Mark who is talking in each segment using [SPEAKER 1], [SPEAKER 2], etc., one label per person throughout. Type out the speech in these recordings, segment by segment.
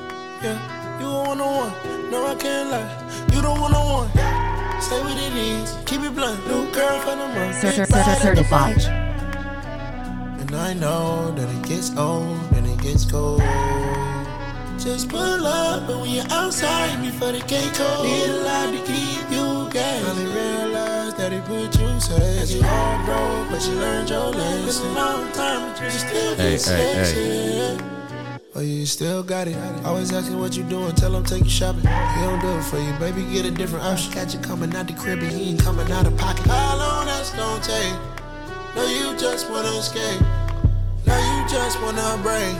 [SPEAKER 1] yeah. You a one on one, no, I can't lie. You the one on one. Stay with it easy, keep it blunt. New girl for the month.
[SPEAKER 2] Cer- cer- cer- certified.
[SPEAKER 1] And I know that it gets old and it gets cold. Just pull up and when you're outside before the gate cold. Need a lot to keep you guys. Finally realize that it put you safe. You all broke, but you learned your lesson. It's a long time, but you still
[SPEAKER 3] Hey,
[SPEAKER 1] get
[SPEAKER 3] hey, hey.
[SPEAKER 1] sexy. Oh, you still got it. Always asking what you doing, tell him take you shopping. He don't do it for you, baby, get a different option. Got you coming out the crib and he ain't coming out of pocket. How long that's gonna take? No, you just wanna escape. Now you just wanna break.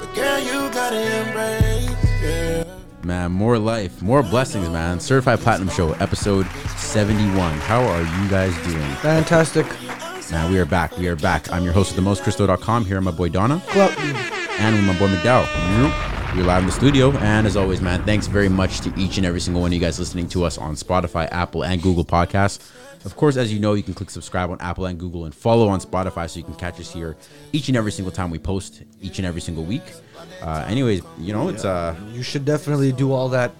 [SPEAKER 1] But girl, you gotta embrace. Yeah.
[SPEAKER 3] Man, more life, more blessings, man. Certified Platinum Show, episode 71. How are you guys doing?
[SPEAKER 4] Fantastic.
[SPEAKER 3] Man, we are back. We are back. I'm your host of the most, Christo.com. Here, are my boy Donna.
[SPEAKER 4] Well,
[SPEAKER 3] and with my boy McDowell. We're live in the studio, and as always, man, thanks very much to each and every single one of you guys listening to us on Spotify, Apple, and Google Podcasts. Of course, as you know, you can click subscribe on Apple and Google and follow on Spotify so you can catch us here each and every single time we post, each and every single week. Uh, anyways, you know, it's uh,
[SPEAKER 4] you should definitely do all that,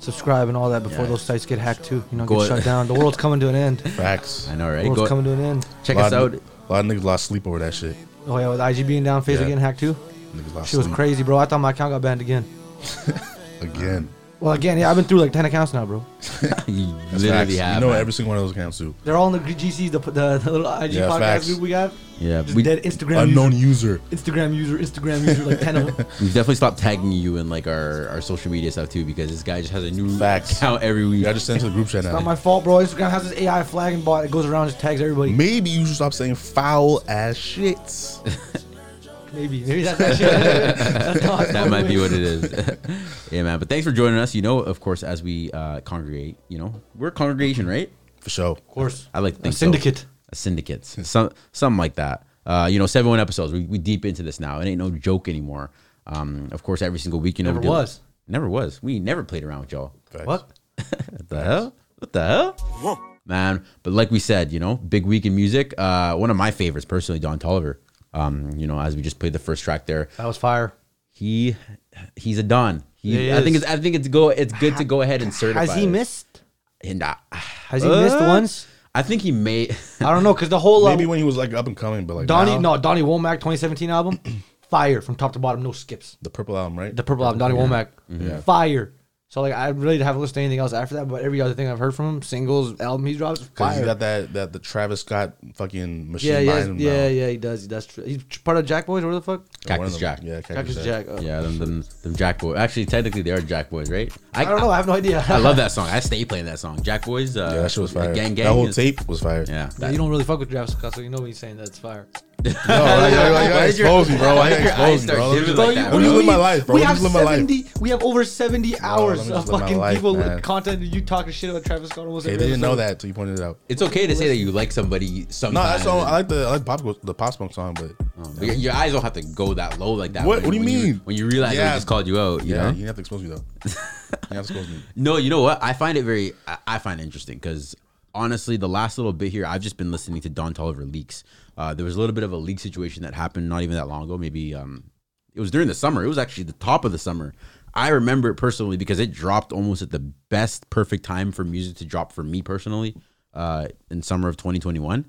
[SPEAKER 4] subscribe and all that before
[SPEAKER 3] Yeah.
[SPEAKER 4] those sites get hacked too. You know,
[SPEAKER 3] Go-
[SPEAKER 4] get shut down. The world's coming to an end. The
[SPEAKER 5] Facts.
[SPEAKER 3] I know, right?
[SPEAKER 4] world's
[SPEAKER 3] Go,
[SPEAKER 4] coming to an end.
[SPEAKER 3] check us
[SPEAKER 5] Lot
[SPEAKER 3] out.
[SPEAKER 5] of- A lot of niggas lost sleep over that shit.
[SPEAKER 4] Oh yeah, with IG being down, Facebook
[SPEAKER 5] Yeah.
[SPEAKER 4] getting hacked too.
[SPEAKER 5] Niggas lost
[SPEAKER 4] She was
[SPEAKER 5] sleep
[SPEAKER 4] crazy, bro. I thought my account got banned again.
[SPEAKER 5] again.
[SPEAKER 4] Well, again, yeah, I've been through like ten accounts now, bro.
[SPEAKER 3] You
[SPEAKER 5] That's
[SPEAKER 3] literally
[SPEAKER 5] facts.
[SPEAKER 3] have,
[SPEAKER 5] You know
[SPEAKER 3] man.
[SPEAKER 5] every single one of those accounts too.
[SPEAKER 4] They're all in the GCs, the, the, the little IG
[SPEAKER 5] Yeah,
[SPEAKER 4] podcast
[SPEAKER 5] facts.
[SPEAKER 4] group we got.
[SPEAKER 3] yeah.
[SPEAKER 4] Just
[SPEAKER 3] We,
[SPEAKER 4] dead Instagram
[SPEAKER 5] Unknown
[SPEAKER 4] user,
[SPEAKER 5] user.
[SPEAKER 4] Instagram user, Instagram user, like ten of them.
[SPEAKER 3] we definitely stopped tagging you in like our, our social media stuff too because this guy just has a new
[SPEAKER 5] Facts.
[SPEAKER 3] account every week.
[SPEAKER 5] You gotta just send it to the group chat
[SPEAKER 4] Not
[SPEAKER 5] now.
[SPEAKER 4] my fault, bro. Instagram has this AI flagging bot. It goes around, just tags everybody.
[SPEAKER 5] Maybe you should stop saying foul ass shit.
[SPEAKER 4] Maybe, maybe that's that shit. That's not-
[SPEAKER 3] that might be what it is. yeah, man. But thanks for joining us. You know, of course, as we uh, congregate, you know, we're a congregation, right?
[SPEAKER 5] For sure.
[SPEAKER 4] Of course.
[SPEAKER 3] I like to think so.
[SPEAKER 4] syndicate.
[SPEAKER 3] A syndicate. Some something like that. Uh, you know, seventy-one episodes. We, we deep into this now. It ain't no joke anymore. Um, of course, every single week, you know,
[SPEAKER 4] Never
[SPEAKER 3] we do-
[SPEAKER 4] was.
[SPEAKER 3] Never was. We never played around with y'all.
[SPEAKER 5] Facts.
[SPEAKER 4] What?
[SPEAKER 3] What the hell? What the hell? Man, but like we said, you know, big week in music. Uh, one of my favorites, personally, Don Tolliver. Um, you know, as we just played the first track there,
[SPEAKER 4] That was fire.
[SPEAKER 3] he he's a don. He,
[SPEAKER 4] He
[SPEAKER 3] I think
[SPEAKER 4] is.
[SPEAKER 3] it's I think it's go it's good to go ahead and certify.
[SPEAKER 4] Has he
[SPEAKER 3] it.
[SPEAKER 4] missed?
[SPEAKER 3] And I,
[SPEAKER 4] Has he missed
[SPEAKER 3] Uh,
[SPEAKER 4] once?
[SPEAKER 3] I think he may.
[SPEAKER 4] I don't know because the whole uh,
[SPEAKER 5] Maybe when he was like up and coming, but like
[SPEAKER 4] Donnie
[SPEAKER 5] now,
[SPEAKER 4] no Donnie Womack 2017 album, fire from top to bottom, no skips.
[SPEAKER 5] the purple album, right?
[SPEAKER 4] The purple album, Donnie Womack,
[SPEAKER 5] Yeah.
[SPEAKER 4] fire. So like I really haven't listened to anything else after that, but every other thing I've heard from him, singles, album he drops,
[SPEAKER 5] Because he
[SPEAKER 4] fire.
[SPEAKER 5] got that that the Travis Scott fucking machine
[SPEAKER 4] Yeah,
[SPEAKER 5] behind
[SPEAKER 4] yeah,
[SPEAKER 5] him now.
[SPEAKER 4] yeah, yeah, he does. He does. tr- He's part of Jack Boys. Where the fuck?
[SPEAKER 5] Or one
[SPEAKER 3] Cactus
[SPEAKER 5] of them.
[SPEAKER 3] Jack.
[SPEAKER 5] Yeah, Cactus,
[SPEAKER 4] Cactus Jack.
[SPEAKER 5] Jack.
[SPEAKER 4] oh.
[SPEAKER 3] yeah, them, them them Jack Boys. Actually, technically they are Jack Boys, right?
[SPEAKER 4] I don't know. I have no idea.
[SPEAKER 3] I, love that song. I stay playing that song. Jack Boys. Uh,
[SPEAKER 5] Yeah, that shit was fire.
[SPEAKER 3] Gang gang.
[SPEAKER 5] that whole
[SPEAKER 3] is-
[SPEAKER 5] tape was fire.
[SPEAKER 3] Yeah.
[SPEAKER 4] Yeah,
[SPEAKER 3] That,
[SPEAKER 4] you don't really fuck with Travis Scott, so you know when he's saying that's fire.
[SPEAKER 5] No, like, like, like, I exposed me, bro. I
[SPEAKER 3] Why'd your eyes
[SPEAKER 5] exposed me,
[SPEAKER 3] start
[SPEAKER 5] bro.
[SPEAKER 3] dimming
[SPEAKER 5] Just
[SPEAKER 3] like
[SPEAKER 5] like
[SPEAKER 3] that,
[SPEAKER 5] that.
[SPEAKER 3] bro?
[SPEAKER 5] Let me
[SPEAKER 3] You
[SPEAKER 5] just live my life, bro.
[SPEAKER 4] We
[SPEAKER 5] Let me
[SPEAKER 4] have
[SPEAKER 5] just live my life.
[SPEAKER 4] 70. We have over 70
[SPEAKER 5] let
[SPEAKER 4] hours
[SPEAKER 5] me
[SPEAKER 4] of
[SPEAKER 5] just live my
[SPEAKER 4] fucking
[SPEAKER 5] life,
[SPEAKER 4] people
[SPEAKER 5] man.
[SPEAKER 4] with content. and You talking shit about Travis Scott almost
[SPEAKER 5] They
[SPEAKER 4] every
[SPEAKER 5] didn't know
[SPEAKER 4] episode.
[SPEAKER 5] that until you pointed it out.
[SPEAKER 3] it's okay to say that you like somebody
[SPEAKER 5] No,
[SPEAKER 3] sometimes.
[SPEAKER 5] that's all. I like the I like pop the pop smoke song, but
[SPEAKER 3] But your- your eyes don't have to go that low like Oh, that.
[SPEAKER 5] What- what do you
[SPEAKER 3] when
[SPEAKER 5] mean?
[SPEAKER 3] when you realize that we
[SPEAKER 5] Yeah.
[SPEAKER 3] just called you out, you
[SPEAKER 5] yeah,
[SPEAKER 3] know?
[SPEAKER 5] you didn't have to expose me though. you didn't have to expose me.
[SPEAKER 3] No, you know what? I find it very, I, I find it interesting because honestly, the last little bit here, I've just been listening to Don Tolliver leaks. Uh, there was a little bit of a leak situation that happened not even that long ago. Maybe um, it was during the summer. It was actually the top of the summer. I remember it personally because it dropped almost at the best perfect time for music to drop for me personally uh, in summer of 2021.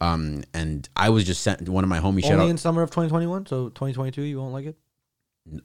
[SPEAKER 3] Um, and I was just sent one of my homies shout
[SPEAKER 4] Only
[SPEAKER 3] out.
[SPEAKER 4] in summer of 2021, so 2022, you won't like it.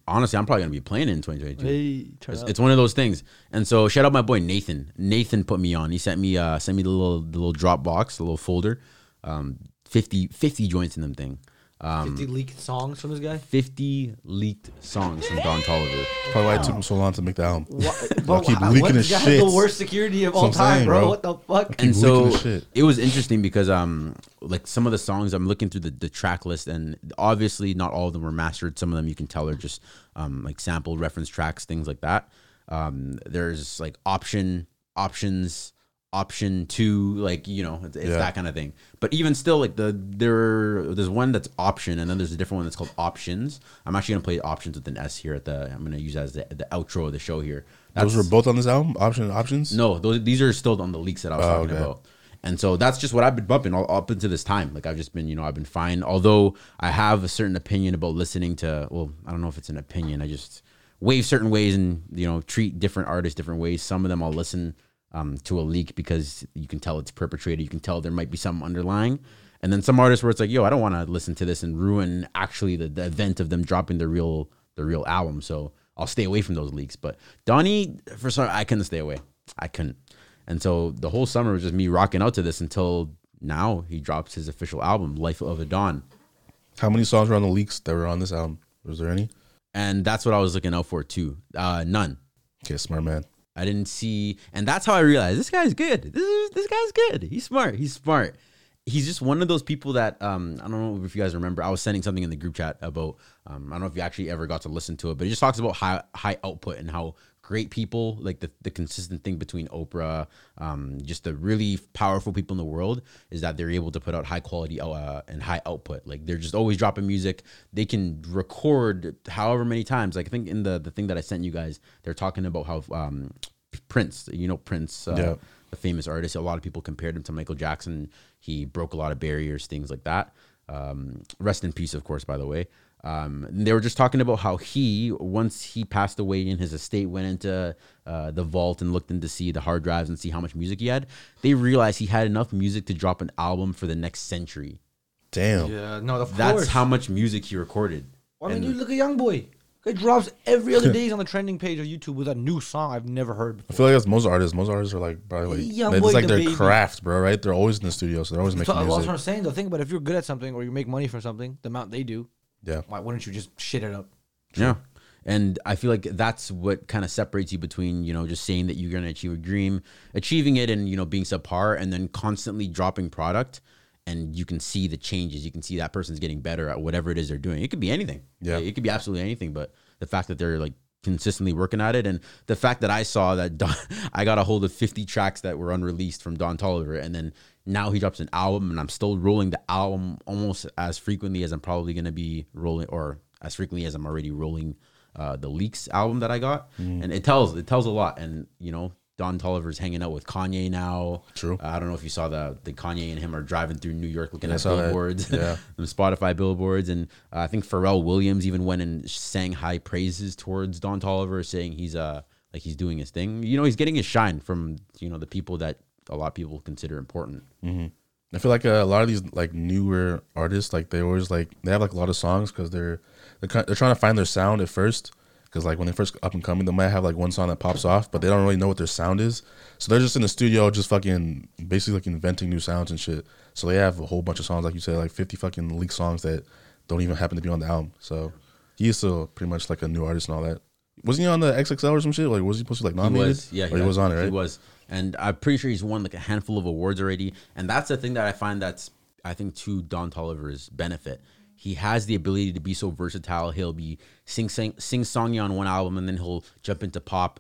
[SPEAKER 3] honestly, I'm probably gonna be playing it in 2022.
[SPEAKER 4] Hey, turn
[SPEAKER 3] It's,
[SPEAKER 4] up.
[SPEAKER 3] it's one of those things. And so shout out my boy Nathan. Nathan put me on. He sent me uh sent me the little the little Dropbox, the little folder. Um 50 50 joints in them thing. Um
[SPEAKER 4] 50 leaked songs from this guy.
[SPEAKER 3] 50 leaked songs from Don Um, Tolliver.
[SPEAKER 5] Probably why it took him so long to make the album.
[SPEAKER 4] Bro,
[SPEAKER 5] keep
[SPEAKER 4] wha-
[SPEAKER 5] leaking
[SPEAKER 4] what?
[SPEAKER 5] his
[SPEAKER 4] This guy
[SPEAKER 5] shit.
[SPEAKER 4] has the worst security of
[SPEAKER 5] That's
[SPEAKER 4] all
[SPEAKER 5] what I'm
[SPEAKER 4] time,
[SPEAKER 5] saying,
[SPEAKER 4] bro.
[SPEAKER 5] bro.
[SPEAKER 4] What the fuck?
[SPEAKER 3] And
[SPEAKER 5] leaking
[SPEAKER 3] so
[SPEAKER 5] the shit.
[SPEAKER 3] it was interesting because um like some of the songs I'm looking through the, the track list and obviously not all of them were mastered. Some of them you can tell are just um like sampled reference tracks, things like that. Um there's like option options option two like you know it's, it's
[SPEAKER 5] Yeah.
[SPEAKER 3] that kind of thing but even still like the there there's one that's option and then there's a different one that's called options i'm actually gonna play options with an s here at the i'm gonna use that as the, the outro of the show here
[SPEAKER 5] Those were
[SPEAKER 3] That's-
[SPEAKER 5] both on this album. Option options.
[SPEAKER 3] no, those these are still on the leaks that I was
[SPEAKER 5] Oh,
[SPEAKER 3] talking
[SPEAKER 5] okay.
[SPEAKER 3] about. And so that's just what I've been bumping all up until this time. Like I've just been, you know, I've been fine. Although I have a certain opinion about listening to, well, I don't know if it's an opinion. I just wave certain ways and you know treat different artists different ways. Some of them I'll listen um, to a leak because you can tell it's perpetrated. You can tell there might be some underlying. And then some artists where it's like, yo, I don't want to listen to this and ruin actually the, the event of them dropping the real the real album. So I'll stay away from those leaks. But Donnie, for some, I couldn't stay away. I couldn't. And so the whole summer was just me rocking out to this until now. He drops his official album, Life of a Dawn.
[SPEAKER 5] How many songs were on the leaks that were on this album? Was there any?
[SPEAKER 3] and that's what I was looking out for too. Uh, none.
[SPEAKER 5] Okay, smart man.
[SPEAKER 3] I didn't see, and that's how I realized this guy's good. This is, this guy's good. He's smart. He's smart. He's just one of those people that um, I don't know if you guys remember. I was sending something in the group chat about um, I don't know if you actually ever got to listen to it, but it just talks about high high output and how great people like the, the consistent thing between Oprah, um, just the really powerful people in the world is that they're able to put out high quality uh, and high output. Like they're just always dropping music. They can record however many times. Like I think in the the thing that I sent you guys, they're talking about how um, Prince, you know Prince, uh,
[SPEAKER 5] Yeah.
[SPEAKER 3] a famous artist. A lot of people compared him to Michael Jackson. He broke a lot of barriers, things like that. Um, rest in peace, of course. By the way, um, and they were just talking about how he, once he passed away and his estate went into uh, the vault and looked in to see the hard drives and see how much music he had, they realized he had enough music to drop an album for the next century.
[SPEAKER 5] Damn.
[SPEAKER 4] Yeah, no, of
[SPEAKER 3] That's
[SPEAKER 4] course.
[SPEAKER 3] how much music he recorded.
[SPEAKER 4] I mean, you look at Young Boy. It drops every other day. He's on the trending page of YouTube with a new song I've never heard.
[SPEAKER 5] I feel like that's most artists. Most artists are like probably like,
[SPEAKER 4] Yeah,
[SPEAKER 5] it's
[SPEAKER 4] boy,
[SPEAKER 5] like
[SPEAKER 4] the
[SPEAKER 5] their
[SPEAKER 4] baby.
[SPEAKER 5] craft, bro. Right? They're always in the studio, so they're always
[SPEAKER 4] So
[SPEAKER 5] making
[SPEAKER 4] that's what
[SPEAKER 5] music.
[SPEAKER 4] I'm saying. Though, think about it. if you're good at something or you make money from something, the amount they do,
[SPEAKER 5] Yeah,
[SPEAKER 4] why wouldn't you just shit it up?
[SPEAKER 3] Yeah. And I feel like that's what kind of separates you between, you know, just saying that you're going to achieve a dream, achieving it and, you know, being subpar and then constantly dropping product. And you can see the changes. You can see that person's getting better at whatever it is they're doing. It could be anything.
[SPEAKER 5] Yeah.
[SPEAKER 3] It could be absolutely anything. But the fact that they're like consistently working at it and the fact that I saw that Don, I got a hold of 50 tracks that were unreleased from Don Tolliver and then now he drops an album and I'm still rolling the album almost as frequently as I'm probably going to be rolling or as frequently as I'm already rolling uh, the leaks album that I got
[SPEAKER 5] Mm.
[SPEAKER 3] and it tells it tells a lot and you know Don Tolliver's hanging out with Kanye now.
[SPEAKER 5] True.
[SPEAKER 3] Uh, I don't know if you saw the the Kanye and him are driving through New York looking at
[SPEAKER 5] saw that.
[SPEAKER 3] billboards,
[SPEAKER 5] Yeah.
[SPEAKER 3] the Spotify billboards, and uh, I think Pharrell Williams even went and sang high praises towards Don Tolliver, saying he's uh like he's doing his thing. You know, he's getting his shine from you know the people that a lot of people consider important.
[SPEAKER 5] I feel like uh, a lot of these like newer artists, like they always like they have like a lot of songs because they're they're, kind- they're trying to find their sound at first. Because like when they first up and coming, they might have like one song that pops off, but they don't really know what their sound is. So they're just in the studio, just fucking basically like inventing new sounds and shit. So they have a whole bunch of songs, like you said, like fifty fucking leaked songs that don't even happen to be on the album. So he is still pretty much like a new artist and all that. Wasn't he on the XXL or some shit? Like was he supposed to be like
[SPEAKER 3] He
[SPEAKER 5] nominated?
[SPEAKER 3] was, yeah,
[SPEAKER 5] Or he was on it, right?
[SPEAKER 3] He was, and I'm pretty sure he's won like a handful of awards already. And that's the thing that I find that's I think to Don Tolliver's benefit. He has the ability to be so versatile. He'll be sing sing sing songy on one album, and then he'll jump into pop.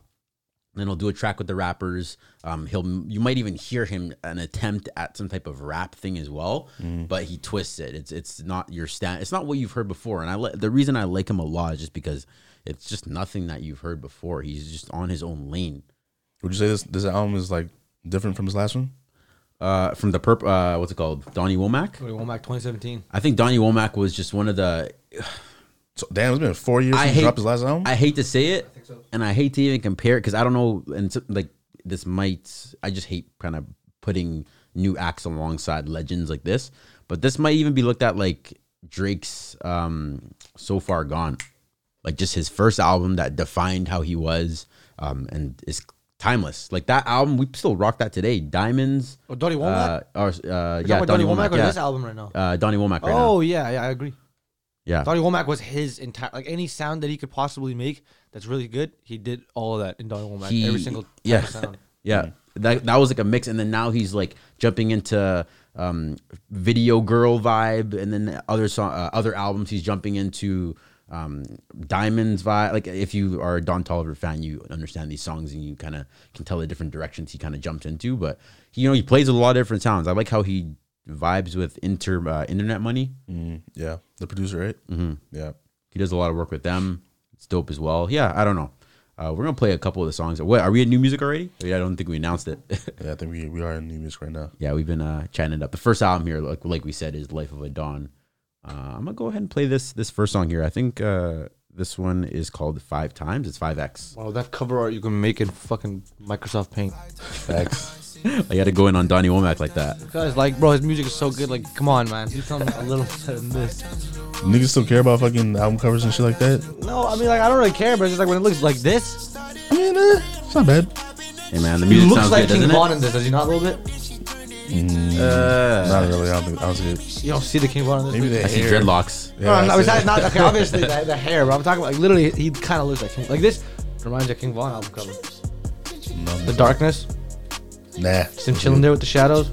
[SPEAKER 3] Then he'll do a track with the rappers. Um, he'll you might even hear him an attempt at some type of rap thing as well,
[SPEAKER 5] Mm.
[SPEAKER 3] but he twists it. It's it's not your stand. It's not what you've heard before. And I li- the reason I like him a lot is just because it's just nothing that you've heard before. He's just on his own lane.
[SPEAKER 5] Would you say this this album is like different from his last one?
[SPEAKER 3] uh, from the perp, uh, what's it called, Donnie Womack.
[SPEAKER 4] Like, well, back 2017.
[SPEAKER 3] I think Donnie Womack was just one of the.
[SPEAKER 5] So, damn, it's been four years
[SPEAKER 3] I
[SPEAKER 5] since
[SPEAKER 3] hate
[SPEAKER 5] he dropped his last album.
[SPEAKER 3] I hate to say it, and I hate to even compare it because I don't know, and so- like this might. I just hate kind of putting new acts alongside legends like this, but this might even be looked at like Drake's um, "So Far Gone." like just his first album that defined how he was um, and is timeless. Like that album, we still rock that today. Diamonds.
[SPEAKER 4] Oh, Donnie Womack?
[SPEAKER 3] Uh, or,
[SPEAKER 4] You're
[SPEAKER 3] uh, yeah,
[SPEAKER 4] talking about
[SPEAKER 3] Donnie
[SPEAKER 4] Donnie
[SPEAKER 3] Womack.
[SPEAKER 4] Womack or
[SPEAKER 3] yeah.
[SPEAKER 4] this album right now?
[SPEAKER 3] Uh, Donnie Womack right
[SPEAKER 4] oh
[SPEAKER 3] now.
[SPEAKER 4] yeah, yeah, I agree.
[SPEAKER 3] Yeah.
[SPEAKER 4] Donnie Womack was his entire like any sound that he could possibly make that's really good. He did all of that in Donnie Womack.
[SPEAKER 3] He-
[SPEAKER 4] every single type of
[SPEAKER 3] yeah.
[SPEAKER 4] sound.
[SPEAKER 3] Yeah.
[SPEAKER 5] Hmm.
[SPEAKER 3] That, that was like a mix. And then now he's like jumping into um, video girl vibe. And then other song, uh, other albums, he's jumping into um, Diamonds vibe. Like if you are a Don Tolliver fan, you understand these songs and you kind of can tell the different directions he kind of jumps into. But, you know, he plays with a lot of different sounds. I like how he vibes with inter uh, internet money.
[SPEAKER 5] Mm, yeah, the producer, right? Mm-hmm. Yeah,
[SPEAKER 3] He does a lot of work with them. It's dope as well. Yeah, I don't know. Uh, we're gonna play a couple of the songs. What are we at new music already? Yeah, I don't think we announced it.
[SPEAKER 5] yeah. I think we we are in new music right now.
[SPEAKER 3] yeah, we've been uh, chatting it up. The first album here, like like we said, is "Life of a Dawn." Uh, I'm gonna go ahead and play this this first song here. I think uh, This one is called Five Times. It's 5X.
[SPEAKER 4] Wow, that cover art you can make in fucking Microsoft Paint.
[SPEAKER 5] Facts.
[SPEAKER 3] I got to go in on Donnie Womack like that.
[SPEAKER 4] Cause like, bro, his music is so good. Like, come on, man, do something a little better than this.
[SPEAKER 5] Niggas still care about fucking album covers and shit like that.
[SPEAKER 4] No, I mean, like, I don't really care, but it's just like when it looks like this,
[SPEAKER 5] I mean, eh, it's not bad.
[SPEAKER 3] Hey, man, the
[SPEAKER 4] he
[SPEAKER 3] music
[SPEAKER 4] looks
[SPEAKER 3] sounds
[SPEAKER 4] like
[SPEAKER 3] good,
[SPEAKER 4] King
[SPEAKER 3] doesn't
[SPEAKER 4] Von
[SPEAKER 3] it? Mm.
[SPEAKER 4] in this. Does he not a little bit?
[SPEAKER 5] not really. I don't think I was good.
[SPEAKER 4] You don't see the King Von in this.
[SPEAKER 5] Maybe
[SPEAKER 4] movie?
[SPEAKER 5] the
[SPEAKER 3] I see
[SPEAKER 5] hair.
[SPEAKER 3] dreadlocks.
[SPEAKER 5] Yeah,
[SPEAKER 4] No, no,
[SPEAKER 5] that's
[SPEAKER 4] it's not,
[SPEAKER 5] it.
[SPEAKER 4] not okay. Obviously, the, the hair, but I'm talking about like literally, he kind of looks like King. Like this reminds you of King Von album cover.
[SPEAKER 5] No,
[SPEAKER 4] The darkness,
[SPEAKER 5] Nah.
[SPEAKER 4] just him chilling there with the shadows.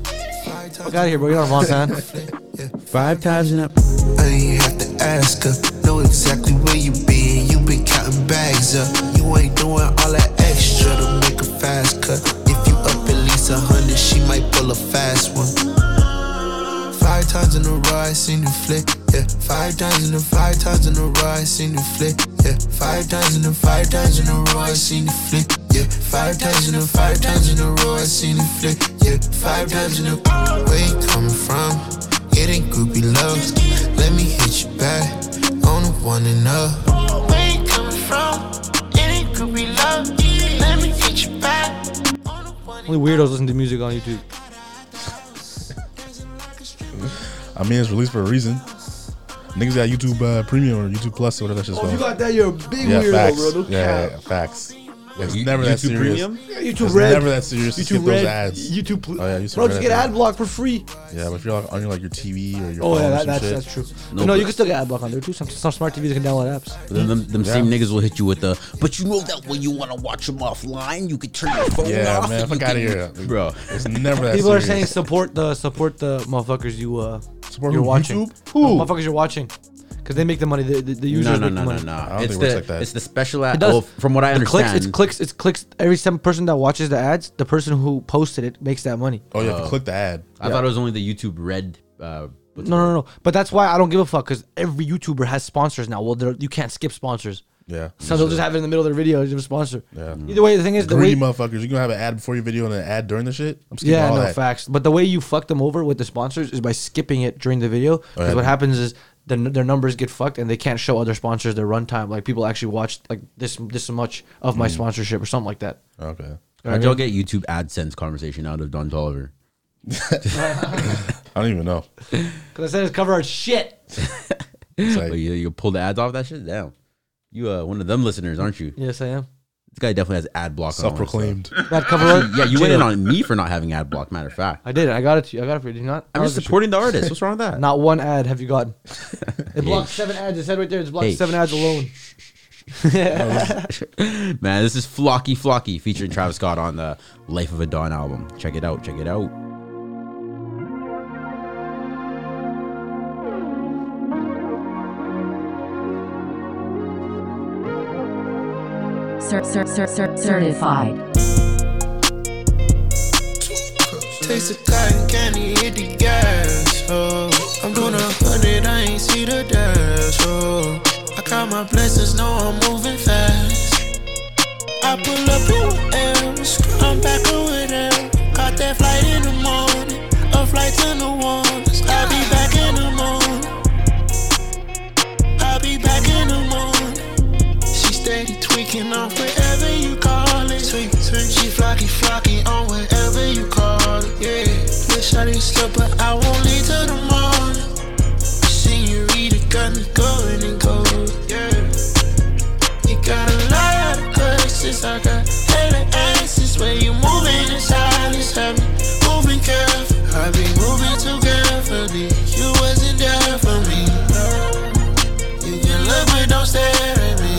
[SPEAKER 4] Fuck out of here, bro. You're not a Von fan.
[SPEAKER 3] Five times and up.
[SPEAKER 1] I ain't have to ask her. Know exactly where you been. You been counting bags up. You ain't doing all that extra to make a fast cut. If you up at least a hundred, she might pull a fast one. Five times in a row, I seen you flick. Yeah, five times in a five times in a row, I seen you flick. Yeah, five times in a five times in a row, I seen you flick. Yeah, five times in a five times in a row, I seen you flick. Yeah, five times in a where you coming from? It ain't groupie love. Let me hit you back on the one and up. Where you coming from? It ain't groupie love. Let me hit you back on the one
[SPEAKER 4] Only weirdos listen to music on YouTube.
[SPEAKER 5] I mean, it's released for a reason. Niggas got YouTube uh, Premium or YouTube Plus or whatever that shit's called.
[SPEAKER 4] Oh, that, you're a big
[SPEAKER 5] yeah, facts. yeah, yeah, facts. It's
[SPEAKER 3] you-
[SPEAKER 5] never that
[SPEAKER 3] YouTube
[SPEAKER 5] serious.
[SPEAKER 3] Premium?
[SPEAKER 4] YouTube
[SPEAKER 5] It's
[SPEAKER 4] Red.
[SPEAKER 5] never that serious. You skip
[SPEAKER 4] YouTube
[SPEAKER 5] those
[SPEAKER 4] Red.
[SPEAKER 5] ads.
[SPEAKER 4] YouTube. Pl-
[SPEAKER 5] Oh, yeah, YouTube
[SPEAKER 4] bro, just
[SPEAKER 5] Red,
[SPEAKER 4] get
[SPEAKER 5] yeah.
[SPEAKER 4] ad block for free.
[SPEAKER 5] Yeah, but if you're like, on your like your TV or your
[SPEAKER 4] Oh
[SPEAKER 5] phone
[SPEAKER 4] yeah,
[SPEAKER 5] or
[SPEAKER 4] that,
[SPEAKER 5] some
[SPEAKER 4] that's
[SPEAKER 5] shit,
[SPEAKER 4] that's true.
[SPEAKER 3] No,
[SPEAKER 4] No, no
[SPEAKER 3] but-
[SPEAKER 4] you can still get ad block on there too. Some, some smart TVs can download apps.
[SPEAKER 3] But then them, them
[SPEAKER 5] Yeah.
[SPEAKER 3] same niggas will hit you with the. But you know that when you want to watch them offline, you can turn your phone
[SPEAKER 5] Yeah,
[SPEAKER 3] off.
[SPEAKER 5] man,
[SPEAKER 3] and
[SPEAKER 5] fuck
[SPEAKER 3] you
[SPEAKER 5] outta
[SPEAKER 3] can-
[SPEAKER 5] here.
[SPEAKER 3] bro.
[SPEAKER 5] it's never that
[SPEAKER 4] People are
[SPEAKER 5] serious.
[SPEAKER 4] saying support the support the motherfuckers you uh
[SPEAKER 5] Support
[SPEAKER 4] you're
[SPEAKER 5] who,
[SPEAKER 4] watching.
[SPEAKER 5] YouTube? Who?
[SPEAKER 4] The motherfuckers you're watching, because they make the money. The, the, the users
[SPEAKER 3] No,
[SPEAKER 4] make
[SPEAKER 3] no, no,
[SPEAKER 4] the
[SPEAKER 3] no,
[SPEAKER 4] money.
[SPEAKER 3] no.
[SPEAKER 5] don't
[SPEAKER 3] It's
[SPEAKER 5] think it works
[SPEAKER 3] the
[SPEAKER 5] like that.
[SPEAKER 3] it's the special ad.
[SPEAKER 4] It does.
[SPEAKER 3] Well, from what I
[SPEAKER 4] The
[SPEAKER 3] understand,
[SPEAKER 4] clicks, it's clicks, it's clicks. Every sem- person that watches the ads, the person who posted it makes that money.
[SPEAKER 5] Oh, you have to click the ad.
[SPEAKER 3] uh, I thought it was only the YouTube Red. Uh, what's it
[SPEAKER 4] No, no, no. But that's why I don't give a fuck because every YouTuber has sponsors now. Well, they're- you can't skip sponsors.
[SPEAKER 5] Yeah.
[SPEAKER 4] So they'll just have it in the middle of their video as a sponsor.
[SPEAKER 5] Yeah.
[SPEAKER 4] Either way, the thing is the
[SPEAKER 5] Greedy
[SPEAKER 4] way.
[SPEAKER 5] motherfuckers. You're gonna have an ad before your video and an ad during the shit. I'm skipping
[SPEAKER 4] Yeah,
[SPEAKER 5] all
[SPEAKER 4] no
[SPEAKER 5] that.
[SPEAKER 4] facts. But the way you fuck them over with the sponsors is by skipping it during the video. Because
[SPEAKER 5] yeah.
[SPEAKER 4] what happens is the, n- their numbers get fucked and they can't show other sponsors their runtime. Like people actually watched like this this much of my sponsorship or something like that.
[SPEAKER 5] Mm. Okay.
[SPEAKER 3] How'd y'all get YouTube AdSense conversation out of Don Tolliver?
[SPEAKER 5] I don't even know.
[SPEAKER 4] Because I said it's cover art shit.
[SPEAKER 5] It's
[SPEAKER 3] Like,
[SPEAKER 5] like
[SPEAKER 3] you, you pull the ads off that shit? Damn. You uh, one of them listeners, aren't you?
[SPEAKER 4] Yes, I am.
[SPEAKER 3] This guy definitely has ad block on all his
[SPEAKER 5] self-proclaimed.
[SPEAKER 4] That cover art.
[SPEAKER 3] stuff. Yeah, you went in on me for not having ad block, matter of fact.
[SPEAKER 4] I did. it. I got it to you. I got it for you. Did you not?
[SPEAKER 3] I'm
[SPEAKER 4] That
[SPEAKER 3] just
[SPEAKER 4] was a-
[SPEAKER 3] supporting the artist. What's wrong with that?
[SPEAKER 4] Not one ad have you gotten. It blocked seven ads. It said right there. It's blocked
[SPEAKER 3] Hey,
[SPEAKER 4] seven
[SPEAKER 3] shh,
[SPEAKER 4] ads alone.
[SPEAKER 3] Man, this is Flocky Flocky featuring Travis Scott on the Life of a Don album. Check it out. Check it out.
[SPEAKER 2] Cer- cer- cer- cer- certified.
[SPEAKER 1] Taste the cotton candy, hit the gas. Oh, I'm doing a hundred, I ain't see the dash. Oh, I count my blessings, know I'm moving fast. I pull up in else, I'm back over there. Caught that flight in the morning, a flight to New Orleans. I'll be back in the morning. I'll be back in the morning. She steady tweaking on wherever you call it. Tweak, tweak. She flocky, flocky on wherever you call it. Yeah. Wish I didn't slip, but I won't leave till the morning. Senorita got me going and going. Yeah. You got a lot of curses. I got hella asses. Where you moving in silence. I've been moving careful. I've been moving too carefully. You wasn't there for me. You can look, but don't stare at me.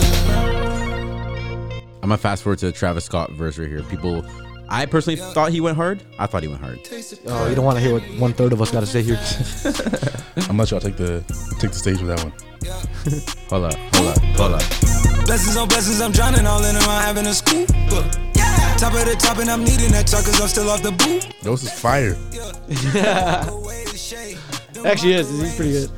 [SPEAKER 3] I'm gonna fast forward to the Travis Scott verse right here. People, I personally thought he went hard. I thought he went hard.
[SPEAKER 4] Oh, you don't want to hear what one third of us got to say here.
[SPEAKER 5] I'm not sure I'll take the take the stage with that one.
[SPEAKER 3] Hold up, hold up, hold up.
[SPEAKER 6] Blessings on blessings, I'm drowning all in them, I'm having a scoop. Look. Top of the top, and I'm needing that truck, cause I'm still off the boot.
[SPEAKER 5] Those is fire.
[SPEAKER 4] Actually, yes, he's pretty good.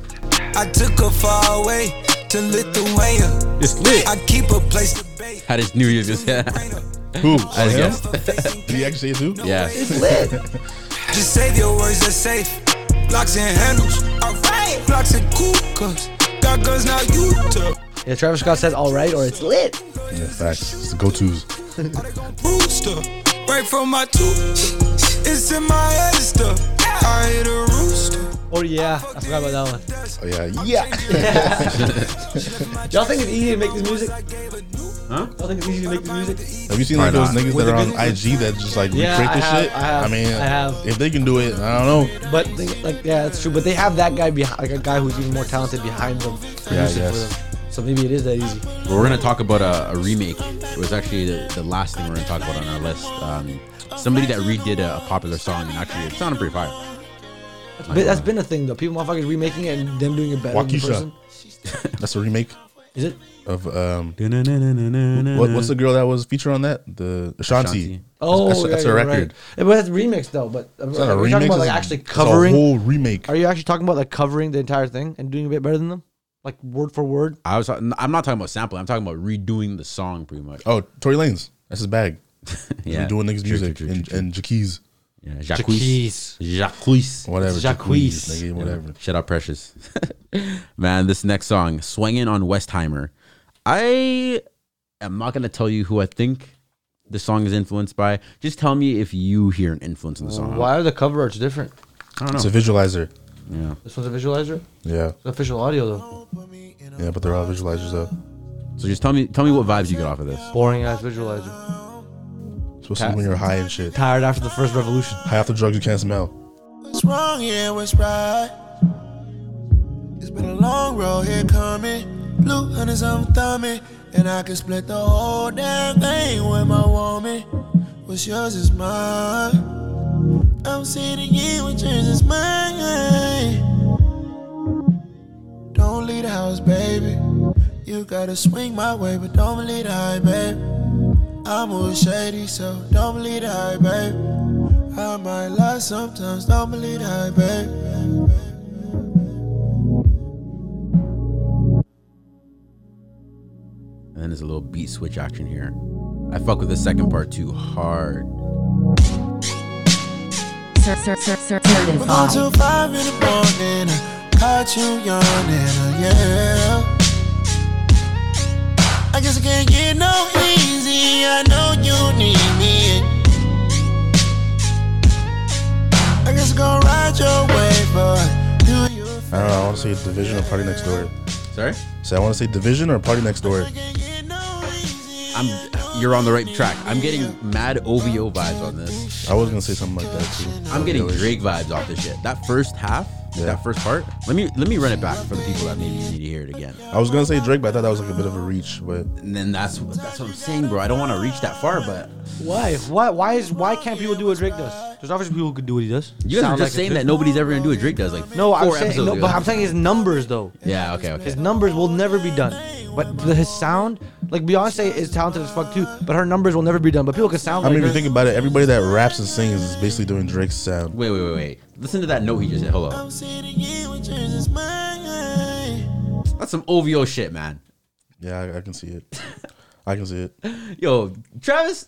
[SPEAKER 6] I took her far away to Lithuania.
[SPEAKER 4] It's lit.
[SPEAKER 6] I keep a place to bait.
[SPEAKER 3] Had his New Year's.
[SPEAKER 5] Who?
[SPEAKER 3] I
[SPEAKER 5] On him?
[SPEAKER 3] guess.
[SPEAKER 5] Did he actually say it too?
[SPEAKER 3] Yeah.
[SPEAKER 6] Just save your words, that's safe. Locks and handles, alright. Blocks and cool cups. Got guns, now you took.
[SPEAKER 7] Yeah, Travis Scott said all right or it's lit.
[SPEAKER 5] Yeah, facts. It's the go tos.
[SPEAKER 6] Rooster, right from my tooth. It's in my head it's the I hear the rooster.
[SPEAKER 7] Oh yeah, I forgot about that one.
[SPEAKER 5] Oh yeah, yeah.
[SPEAKER 7] Y'all think it's easy to make this music?
[SPEAKER 3] Huh?
[SPEAKER 7] Y'all think it's easy to make this music?
[SPEAKER 5] Have you seen like
[SPEAKER 3] Probably
[SPEAKER 5] those
[SPEAKER 3] not.
[SPEAKER 5] niggas
[SPEAKER 7] With
[SPEAKER 5] that
[SPEAKER 7] the
[SPEAKER 5] are on
[SPEAKER 7] good-
[SPEAKER 5] IG that just like
[SPEAKER 7] Yeah,
[SPEAKER 5] recreate
[SPEAKER 7] I
[SPEAKER 5] this
[SPEAKER 7] have-
[SPEAKER 5] shit?
[SPEAKER 7] I have-
[SPEAKER 5] mean,
[SPEAKER 7] I have.
[SPEAKER 5] if they can do it, I don't know.
[SPEAKER 7] But they- like, yeah, that's true. But they have that guy behind, like a guy who's even more talented behind them.
[SPEAKER 5] Yeah,
[SPEAKER 7] producing
[SPEAKER 5] yes.
[SPEAKER 7] for them. So maybe it is that easy.
[SPEAKER 3] Well, we're gonna talk about a, a remake. It was actually the, the last thing we're gonna talk about on our list. Um, somebody that redid a, a popular song and actually it sounded pretty fire.
[SPEAKER 7] But that's been a thing though. People motherfuckers remaking it and them doing it better
[SPEAKER 5] Waukesha.
[SPEAKER 7] than the person.
[SPEAKER 5] That's a remake
[SPEAKER 7] Is it?
[SPEAKER 5] of um. What, what's the girl that was featured on that? The Ashanti.
[SPEAKER 3] Ashanti.
[SPEAKER 7] Oh,
[SPEAKER 5] that's, that's
[SPEAKER 7] yeah,
[SPEAKER 5] a
[SPEAKER 7] you're
[SPEAKER 5] record.
[SPEAKER 7] Right. Yeah, But that's remix though. But are
[SPEAKER 5] It's not a
[SPEAKER 7] we
[SPEAKER 5] remix.
[SPEAKER 7] talking about
[SPEAKER 5] it's
[SPEAKER 7] like
[SPEAKER 5] a-
[SPEAKER 7] actually
[SPEAKER 5] it's a
[SPEAKER 7] covering?
[SPEAKER 5] whole remake.
[SPEAKER 7] Are you actually talking about like covering the entire thing and doing a bit better than them? Like word for word?
[SPEAKER 3] I was. I'm not talking about sampling. I'm talking about redoing the song pretty much.
[SPEAKER 5] Oh, Tory Lanez. That's his bag.
[SPEAKER 3] yeah,
[SPEAKER 5] Doing niggas
[SPEAKER 3] True,
[SPEAKER 5] music
[SPEAKER 3] true, true,
[SPEAKER 5] and,
[SPEAKER 3] true.
[SPEAKER 5] and Jaquiz.
[SPEAKER 3] Yeah, Jacquees. Jacquees.
[SPEAKER 5] Whatever.
[SPEAKER 7] Jacquees.
[SPEAKER 5] Nigga, whatever.
[SPEAKER 3] Shut up, Precious. Man, this next song, Swinging on Westheimer. I am not going to tell you who I think the song is influenced by. Just tell me if you hear an influence in the song.
[SPEAKER 4] Why are the cover arts different?
[SPEAKER 3] I don't
[SPEAKER 5] It's a
[SPEAKER 3] know.
[SPEAKER 5] visualizer.
[SPEAKER 3] yeah.
[SPEAKER 4] This one's a visualizer.
[SPEAKER 5] Yeah.
[SPEAKER 4] It's official audio though.
[SPEAKER 5] Yeah, but they're all visualizers though.
[SPEAKER 3] So just tell me tell me what vibes you get off of this.
[SPEAKER 4] Boring ass visualizer.
[SPEAKER 5] Supposed to be when you're high and shit.
[SPEAKER 7] Tired after the first revolution.
[SPEAKER 5] High off the drugs you can't smell.
[SPEAKER 1] What's wrong here? What's right? It's been a long road here coming. Blue hunters on thumbing. And I can split the whole damn thing with my woman. What's yours is mine. I'm sitting here with yours is mine. Don't leave the house, baby. You gotta swing my way, but don't believe the hype, babe. I'm a shady, so don't believe the hype, babe. I might lie sometimes, don't believe that, babe.
[SPEAKER 3] And then there's a little beat switch action here. I fuck with the second part too hard.
[SPEAKER 2] Cer- cer- cer- cer-
[SPEAKER 1] We're going till
[SPEAKER 2] certified.
[SPEAKER 1] five in the morning. I caught you yawning, uh, yeah. I guess I can't get no easy. I know you need me. I guess I gon' ride your wave, but do you
[SPEAKER 5] I don't know. I want to say Division or Party Next Door.
[SPEAKER 3] Sorry?
[SPEAKER 5] So I want to say Division or Party Next Door.
[SPEAKER 1] can't get no easy?
[SPEAKER 3] I'm you're on the right track. I'm getting mad OVO vibes on this.
[SPEAKER 5] I was gonna say something like that too.
[SPEAKER 3] I'm getting Drake vibes off this shit. That first half,
[SPEAKER 5] Yeah.
[SPEAKER 3] that first part. Let me let me run it back for the people that maybe need to hear it again.
[SPEAKER 5] I was gonna say Drake, but I thought that was like a bit of a reach. But
[SPEAKER 3] And then that's that's what I'm saying, bro. I don't want to reach that far, but
[SPEAKER 4] Why? Why? Why is? Why can't people do what Drake does? There's obviously people who could do what he does.
[SPEAKER 3] you guys are
[SPEAKER 4] Sound
[SPEAKER 3] just
[SPEAKER 4] like a
[SPEAKER 3] saying
[SPEAKER 4] Drake-
[SPEAKER 3] that nobody's ever gonna do a Drake does like
[SPEAKER 4] No, I'm
[SPEAKER 3] four
[SPEAKER 4] saying,
[SPEAKER 3] episodes
[SPEAKER 4] no,
[SPEAKER 3] ago.
[SPEAKER 4] but I'm saying his numbers though.
[SPEAKER 3] yeah, okay, okay.
[SPEAKER 4] His numbers will never be done. But the, his sound, like Beyonce is talented as fuck too, but her numbers will never be done. But people can sound
[SPEAKER 5] I
[SPEAKER 4] like
[SPEAKER 5] mean,
[SPEAKER 4] her.
[SPEAKER 5] if you think about it, everybody that raps and sings is basically doing Drake's sound.
[SPEAKER 3] Wait, wait, wait, wait. Listen to that note he just hit. Hold on,
[SPEAKER 1] I'm sitting here with yours is mine.
[SPEAKER 3] that's some OVO shit, man.
[SPEAKER 5] Yeah, I, I can see it. I can see it.
[SPEAKER 3] Yo, Travis,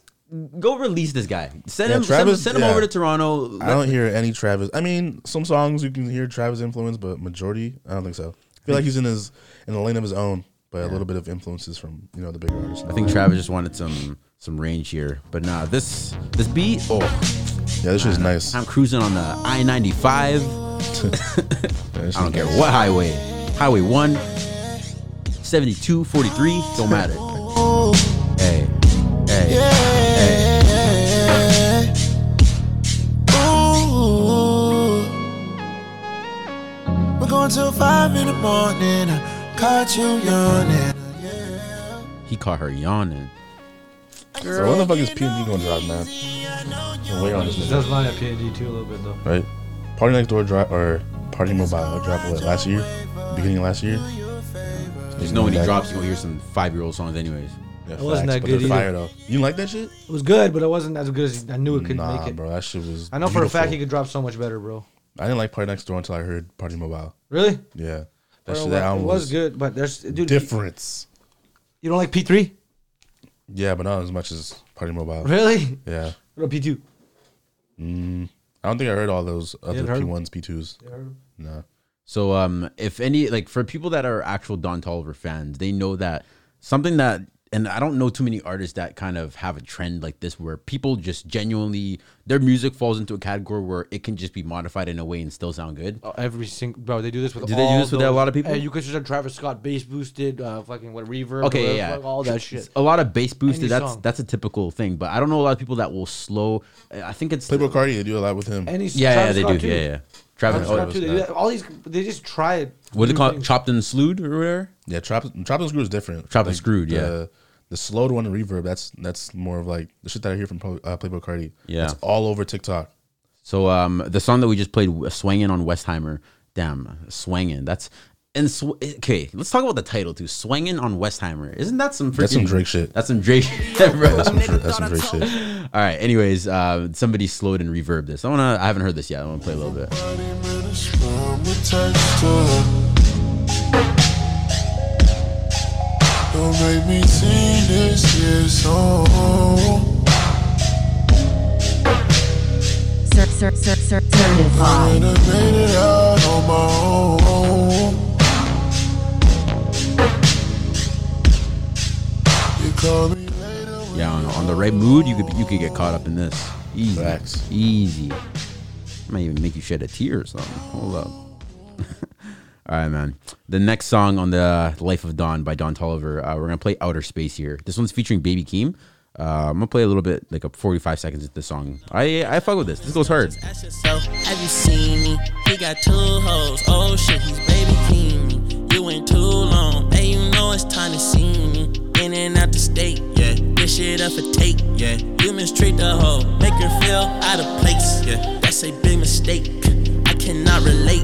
[SPEAKER 3] go release this guy. Send
[SPEAKER 5] Yeah,
[SPEAKER 3] him,
[SPEAKER 5] Travis-
[SPEAKER 3] send, him- send him
[SPEAKER 5] yeah.
[SPEAKER 3] over to Toronto.
[SPEAKER 5] I
[SPEAKER 3] Let-
[SPEAKER 5] don't hear any Travis. I mean, some songs you can hear Travis influence, but majority, I don't think so. I feel like he's in his in a lane of his own, but a little bit of influences from you know the bigger artists.
[SPEAKER 3] I think Travis just wanted some some range here, but nah, this this beat. Oh,
[SPEAKER 5] yeah, this shit's nice.
[SPEAKER 3] I'm cruising on the I-95.
[SPEAKER 5] Yeah, this
[SPEAKER 3] I don't
[SPEAKER 5] shit's
[SPEAKER 3] care
[SPEAKER 5] nice.
[SPEAKER 3] what highway, Highway One, 72, 43, don't matter. Hey, hey.
[SPEAKER 1] Yeah. Ooh. We're going till five in the morning. I caught you yawning. Yeah.
[SPEAKER 3] He caught her yawning.
[SPEAKER 5] So when the fuck is P and D gonna drop, man? I'm waiting on this nigga,
[SPEAKER 4] That's my PND too a little bit though.
[SPEAKER 5] right? Party Next Door drop or Party Mobile drop what last year, beginning of last year.
[SPEAKER 3] Just know when he drops, you'll hear some five year old songs, anyways.
[SPEAKER 5] Yeah,
[SPEAKER 4] It wasn't
[SPEAKER 5] facts,
[SPEAKER 4] that
[SPEAKER 5] but
[SPEAKER 4] good
[SPEAKER 5] they're
[SPEAKER 4] either.
[SPEAKER 5] Fire though. You didn't like that shit?
[SPEAKER 4] It was good, but it wasn't as good as I knew it could
[SPEAKER 5] nah,
[SPEAKER 4] make it.
[SPEAKER 5] bro, that shit was.
[SPEAKER 4] I know for a fact
[SPEAKER 5] beautiful.
[SPEAKER 4] he could drop so much better, bro.
[SPEAKER 5] I didn't like Party Next Door until I heard Party Mobile.
[SPEAKER 4] Really?
[SPEAKER 5] Yeah, that
[SPEAKER 4] Bro,
[SPEAKER 5] shit. That
[SPEAKER 4] it
[SPEAKER 5] album
[SPEAKER 4] was good, but there's dude.
[SPEAKER 5] Difference.
[SPEAKER 4] You don't like P three?
[SPEAKER 5] Yeah, but not as much as Party Mobile.
[SPEAKER 4] Really?
[SPEAKER 5] Yeah, Mm,
[SPEAKER 4] What about P two?
[SPEAKER 5] I don't think I heard all those uh, other
[SPEAKER 4] haven't heard
[SPEAKER 5] P ones, P twos. No,
[SPEAKER 3] So um, if any like for people that are actual Don Tolliver fans, they know that something that and I don't know too many artists that kind of have a trend like this where people just genuinely their music falls into a category where it can just be modified in a way and still sound good.
[SPEAKER 4] Oh, Every single bro, they do this with.
[SPEAKER 3] Do they do
[SPEAKER 4] all
[SPEAKER 3] this with a lot of
[SPEAKER 4] those-
[SPEAKER 3] people?
[SPEAKER 4] Uh, you could just have Travis Scott bass boosted, uh, fucking what reverb.
[SPEAKER 3] Okay,
[SPEAKER 4] whatever,
[SPEAKER 3] yeah,
[SPEAKER 4] like, all that shit.
[SPEAKER 3] A lot of bass
[SPEAKER 4] Any
[SPEAKER 3] boosted. That's
[SPEAKER 4] song.
[SPEAKER 3] that's a typical thing, but I don't know a lot of people that will slow. I think it's
[SPEAKER 5] Playboy Cardi, they do a lot with him.
[SPEAKER 4] Any
[SPEAKER 3] Yeah, yeah,
[SPEAKER 4] Travis
[SPEAKER 3] they
[SPEAKER 4] Scott
[SPEAKER 3] do.
[SPEAKER 4] too.
[SPEAKER 3] Yeah, yeah. Travis,
[SPEAKER 4] Travis
[SPEAKER 3] oh,
[SPEAKER 4] Scott too. They do that. All these, they just try it.
[SPEAKER 3] what do they
[SPEAKER 4] do
[SPEAKER 3] call it?
[SPEAKER 4] things.
[SPEAKER 3] Chopped and slewed or whatever.
[SPEAKER 5] yeah, Trap, Trap and Screw is different.
[SPEAKER 3] Trap and Screwed,
[SPEAKER 5] the,
[SPEAKER 3] yeah.
[SPEAKER 5] The slowed one and reverb, that's that's more of like the shit that I hear from Pro- uh, Playboy Cardi.
[SPEAKER 3] Yeah.
[SPEAKER 5] It's all over TikTok.
[SPEAKER 3] So um, the song that we just played, "Swangin' on Westheimer," damn, "Swangin'." That's and sw- okay. Let's talk about the title too, "Swangin' on Westheimer." Isn't that some? Freaking,
[SPEAKER 5] That's some Drake shit.
[SPEAKER 3] That's some Drake, shit, bro.
[SPEAKER 5] That's some, Dra- that's some Drake shit.
[SPEAKER 3] All right. Anyways, uh, somebody slowed and reverb this. I wanna. I haven't heard this yet. I wanna play a little bit.
[SPEAKER 1] Don't make me sing this year song.
[SPEAKER 2] Cer- cer- cer- cer- certified.
[SPEAKER 1] And I made it out on my own. You call me later. when
[SPEAKER 3] Yeah, on, on the right mood, you could be, you could get caught up in this. Easy,
[SPEAKER 5] Facts.
[SPEAKER 3] easy. Might even make you shed a tear or something. Hold up. All right, man. The next song on the Life of Dawn by Don Tolliver, uh, we're gonna play Outer Space here. This one's featuring Baby Keem. Uh, I'm gonna play a little bit, like a 45 seconds of this song. I I fuck with this. This goes hard.
[SPEAKER 8] Ask yourself, have you seen me? He got two hoes. Oh shit, he's baby king me. You ain't too long, and you know it's time to see me. In and out the state, yeah. This shit up for take, yeah. You mistreat the hoe, make her feel out of place, yeah. That's a big mistake. I cannot relate.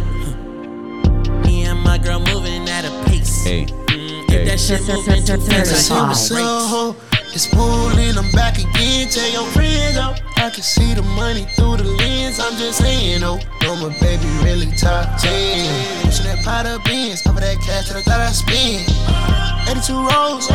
[SPEAKER 8] Me and my girl moving at a pace.
[SPEAKER 3] Hey,
[SPEAKER 8] Mm,
[SPEAKER 3] hey.
[SPEAKER 8] if that shit moving too fast, I
[SPEAKER 2] Certified.
[SPEAKER 8] hit the brakes.
[SPEAKER 1] So it's pulling, I'm back again. Tell your friends, oh, I can see the money through the lens. I'm just saying, oh, no, my baby really top 10. Pushing that pot of beans, top of that cash that I thought I spent. 82 rolls,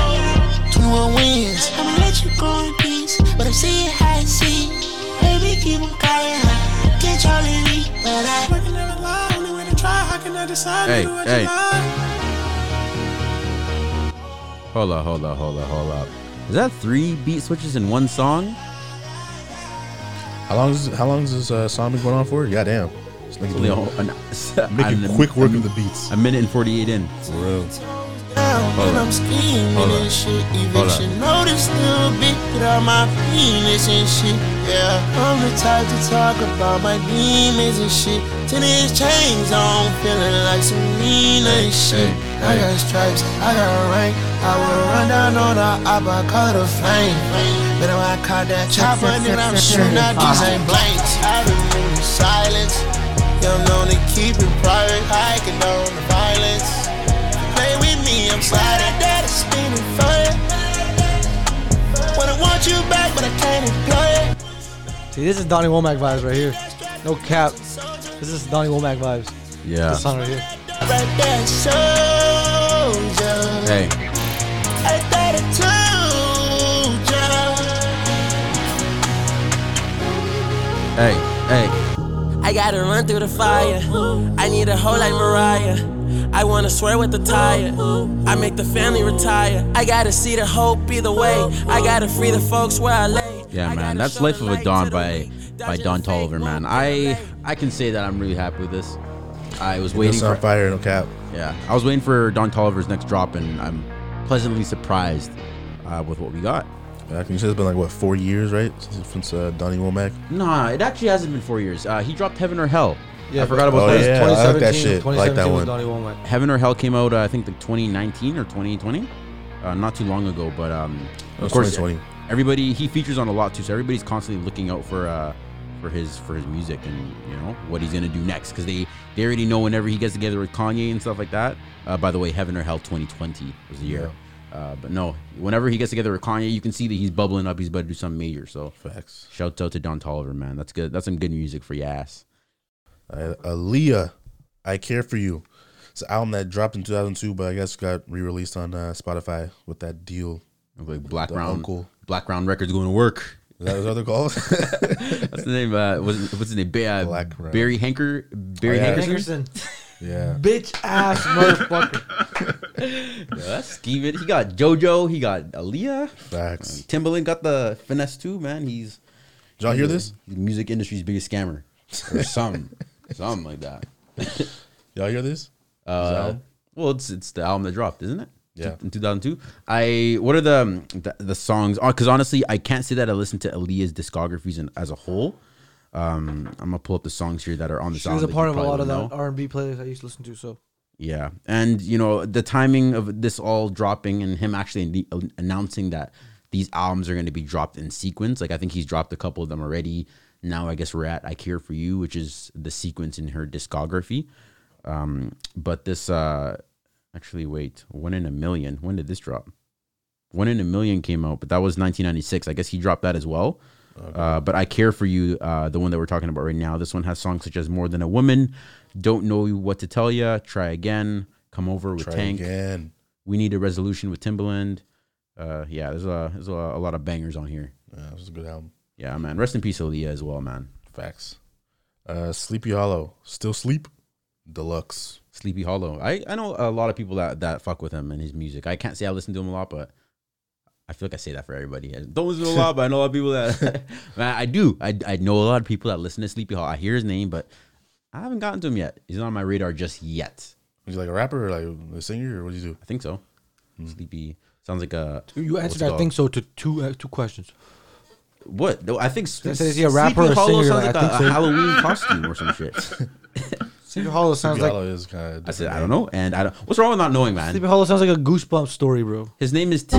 [SPEAKER 1] 21 wins. I'ma let you go in peace, but I'm seeing how it seems. Baby, keep on calling high, controlling me, but I. Working on the line, only when I try, how can I decide?
[SPEAKER 3] Hey,
[SPEAKER 1] Only what
[SPEAKER 3] hey.
[SPEAKER 1] you like.
[SPEAKER 3] Hold up, hold up, hold up, hold up. Is that three beat switches in one song?
[SPEAKER 5] How long is how long is this uh, song been going on for? Yeah, damn. This nigga
[SPEAKER 3] Only a
[SPEAKER 5] doing-
[SPEAKER 3] whole- an-
[SPEAKER 5] making
[SPEAKER 3] an-
[SPEAKER 5] quick work of the beats.
[SPEAKER 3] A minute and 48 in.
[SPEAKER 5] For real.
[SPEAKER 1] When
[SPEAKER 3] on.
[SPEAKER 1] I'm scheming
[SPEAKER 3] Hold on.
[SPEAKER 1] and shit, even
[SPEAKER 3] Hold on.
[SPEAKER 1] she noticed little bit that I'm my penis and shit. Yeah, I'm the type to talk about my demons and shit. Tennis chains on, feeling like some mean and shit. I got stripes, I got rank. I will run down on the op, I caught a flame. But if I caught that chopper, then I'm shooting out these ain't blanks. I remember silence. Y'all known to keep it private. I condone the violence. Play with me, I'm sliding that is spinning fire. When I want you back, but I can't employ it.
[SPEAKER 7] See, this is Donnie Womack vibes right here. No cap. This is Donnie Womack vibes.
[SPEAKER 3] Yeah.
[SPEAKER 7] This song right here.
[SPEAKER 1] Right there, soldier.
[SPEAKER 3] Hey.
[SPEAKER 1] I thought I told ya.
[SPEAKER 3] Hey, hey.
[SPEAKER 8] I gotta run through the fire. I need a hoe like Mariah. I wanna swear with the tire. I make the family retire. I gotta see the hope either way. I gotta free the folks where I lay.
[SPEAKER 3] Yeah,
[SPEAKER 8] I
[SPEAKER 3] man.
[SPEAKER 8] gotta
[SPEAKER 3] That's
[SPEAKER 8] show
[SPEAKER 3] Life
[SPEAKER 8] the
[SPEAKER 3] of a
[SPEAKER 8] light
[SPEAKER 3] Dawn
[SPEAKER 8] to the
[SPEAKER 3] by
[SPEAKER 8] weak.
[SPEAKER 3] by
[SPEAKER 8] Dodging
[SPEAKER 3] Don
[SPEAKER 8] fake
[SPEAKER 3] Tolliver, man.
[SPEAKER 8] won't
[SPEAKER 3] I
[SPEAKER 8] get away.
[SPEAKER 3] I can say that I'm really happy with this. I was waiting
[SPEAKER 5] This on
[SPEAKER 3] for
[SPEAKER 5] fire, no cap.
[SPEAKER 3] yeah. I was waiting for Don Tolliver's next drop, and I'm pleasantly surprised uh, with what we got.
[SPEAKER 5] Yeah, can you say it's been like what four years, right? Since, since uh, Donnie Womack.
[SPEAKER 3] Nah, it actually hasn't been four years. Uh, he dropped Heaven or Hell.
[SPEAKER 4] Yeah.
[SPEAKER 3] I forgot about
[SPEAKER 5] Oh,
[SPEAKER 3] that.
[SPEAKER 5] yeah. I like that
[SPEAKER 7] 2017
[SPEAKER 5] shit. I like that
[SPEAKER 7] 2017 was
[SPEAKER 5] one.
[SPEAKER 7] Donnie Womack.
[SPEAKER 3] Heaven or Hell came out uh, I think like 2019 or 2020, uh, not too long ago. But um,
[SPEAKER 5] It
[SPEAKER 3] of
[SPEAKER 5] was
[SPEAKER 3] course,
[SPEAKER 5] 2020.
[SPEAKER 3] everybody he features on a lot too, so everybody's constantly looking out for uh for his for his music and you know what he's gonna do next because they they already know whenever he gets together with Kanye and stuff like that. Uh, by the way, Heaven or Hell 2020 was the year. Uh, but no, whenever he gets together with Kanye, you can see that he's bubbling up. He's about to do something major. So
[SPEAKER 5] Facts.
[SPEAKER 3] shout out to Don Tolliver, man. That's good. That's some good music for your ass.
[SPEAKER 5] Alright, Aaliyah, I Care For You. It's an album that dropped in 2002, but I guess got re released on uh, Spotify with that deal.
[SPEAKER 3] Like Black
[SPEAKER 5] The
[SPEAKER 3] Round,
[SPEAKER 5] uncle.
[SPEAKER 3] Black Round Records going to work.
[SPEAKER 5] Is that what they're called?
[SPEAKER 3] What's the name? Uh, was, what's his name? Ba- uh,
[SPEAKER 5] Black Round. Oh,
[SPEAKER 3] Barry Hanker. Barry
[SPEAKER 5] yeah.
[SPEAKER 3] Hankerson.
[SPEAKER 7] Hankerson.
[SPEAKER 5] Yeah.
[SPEAKER 4] bitch ass motherfucker.
[SPEAKER 3] Yo, that's scheming. He got JoJo. He got Aaliyah. Um,
[SPEAKER 5] Facts.
[SPEAKER 3] Timbaland got the finesse too, man. He's
[SPEAKER 5] Did y'all hear this?
[SPEAKER 3] The music industry's biggest scammer, or something, something like that.
[SPEAKER 5] Y'all hear this?
[SPEAKER 3] Uh,
[SPEAKER 5] So-
[SPEAKER 3] well, it's it's the album that dropped, isn't it?
[SPEAKER 5] Yeah.
[SPEAKER 3] in two thousand two. I what are the um, the, the songs? Because honestly, I can't say that I listened to Aaliyah's discographies in, as a whole. Um, I'm gonna pull up the songs here that are on the
[SPEAKER 4] She's
[SPEAKER 3] album.
[SPEAKER 4] a
[SPEAKER 3] that you
[SPEAKER 4] part of a
[SPEAKER 3] probably
[SPEAKER 4] lot of
[SPEAKER 3] don't
[SPEAKER 4] that
[SPEAKER 3] know.
[SPEAKER 4] R and B playlist I used to listen to. So
[SPEAKER 3] Yeah, and you know the timing of this all dropping and him actually an- announcing that these albums are going to be dropped in sequence. Like I think he's dropped a couple of them already. Now I guess we're at "I Care for You," which is the sequence in her discography. Um, but this uh, actually wait, "One in a Million. When did this drop? "One in a Million came out, but that was 1996. I guess he dropped that as well. Uh, but I Care For You, uh, the one that we're talking about right now, this one has songs such as More Than a Woman, Don't Know What to Tell Ya, Try Again, Come Over with
[SPEAKER 5] Try
[SPEAKER 3] Tank,
[SPEAKER 5] again.
[SPEAKER 3] We Need a Resolution with Timbaland. Uh, yeah, there's, a, there's a, a lot of bangers on here.
[SPEAKER 5] Yeah, this is a good album.
[SPEAKER 3] Yeah, man. Rest in peace, Aaliyah, as well, man.
[SPEAKER 5] Facts. Uh, Sleepy Hollow. Still sleep. Deluxe.
[SPEAKER 3] Sleepy Hollow. I, I know a lot of people that, that fuck with him and his music. I can't say I listen to him a lot, but I feel like I say that for everybody. I don't listen to him a lot, but I know a lot of people that man, I do. I, I know a lot of people that listen to Sleepy Hollow. I hear his name, but I haven't gotten to him yet. He's not on my radar just yet.
[SPEAKER 5] Is he like a rapper or like a singer or what do you do? Hmm.
[SPEAKER 3] I think so. Sleepy sounds like a
[SPEAKER 4] you
[SPEAKER 3] what's
[SPEAKER 4] answered
[SPEAKER 3] it
[SPEAKER 4] I
[SPEAKER 3] called?
[SPEAKER 4] think so to two uh, two questions.
[SPEAKER 3] what? No, I think
[SPEAKER 4] I said, is he a rapper or a
[SPEAKER 3] Hollow
[SPEAKER 4] singer?
[SPEAKER 3] sounds
[SPEAKER 4] I
[SPEAKER 3] like a,
[SPEAKER 4] think so.
[SPEAKER 3] a Halloween costume or some shit.
[SPEAKER 4] Sleepy Hollow sounds
[SPEAKER 5] Sleepy
[SPEAKER 4] like
[SPEAKER 5] Hollow is kind of.
[SPEAKER 3] I said I don't know, and I don't. What's wrong with not knowing, man?
[SPEAKER 4] Sleepy Hollow sounds like a goosebump story, bro.
[SPEAKER 3] His name is. T-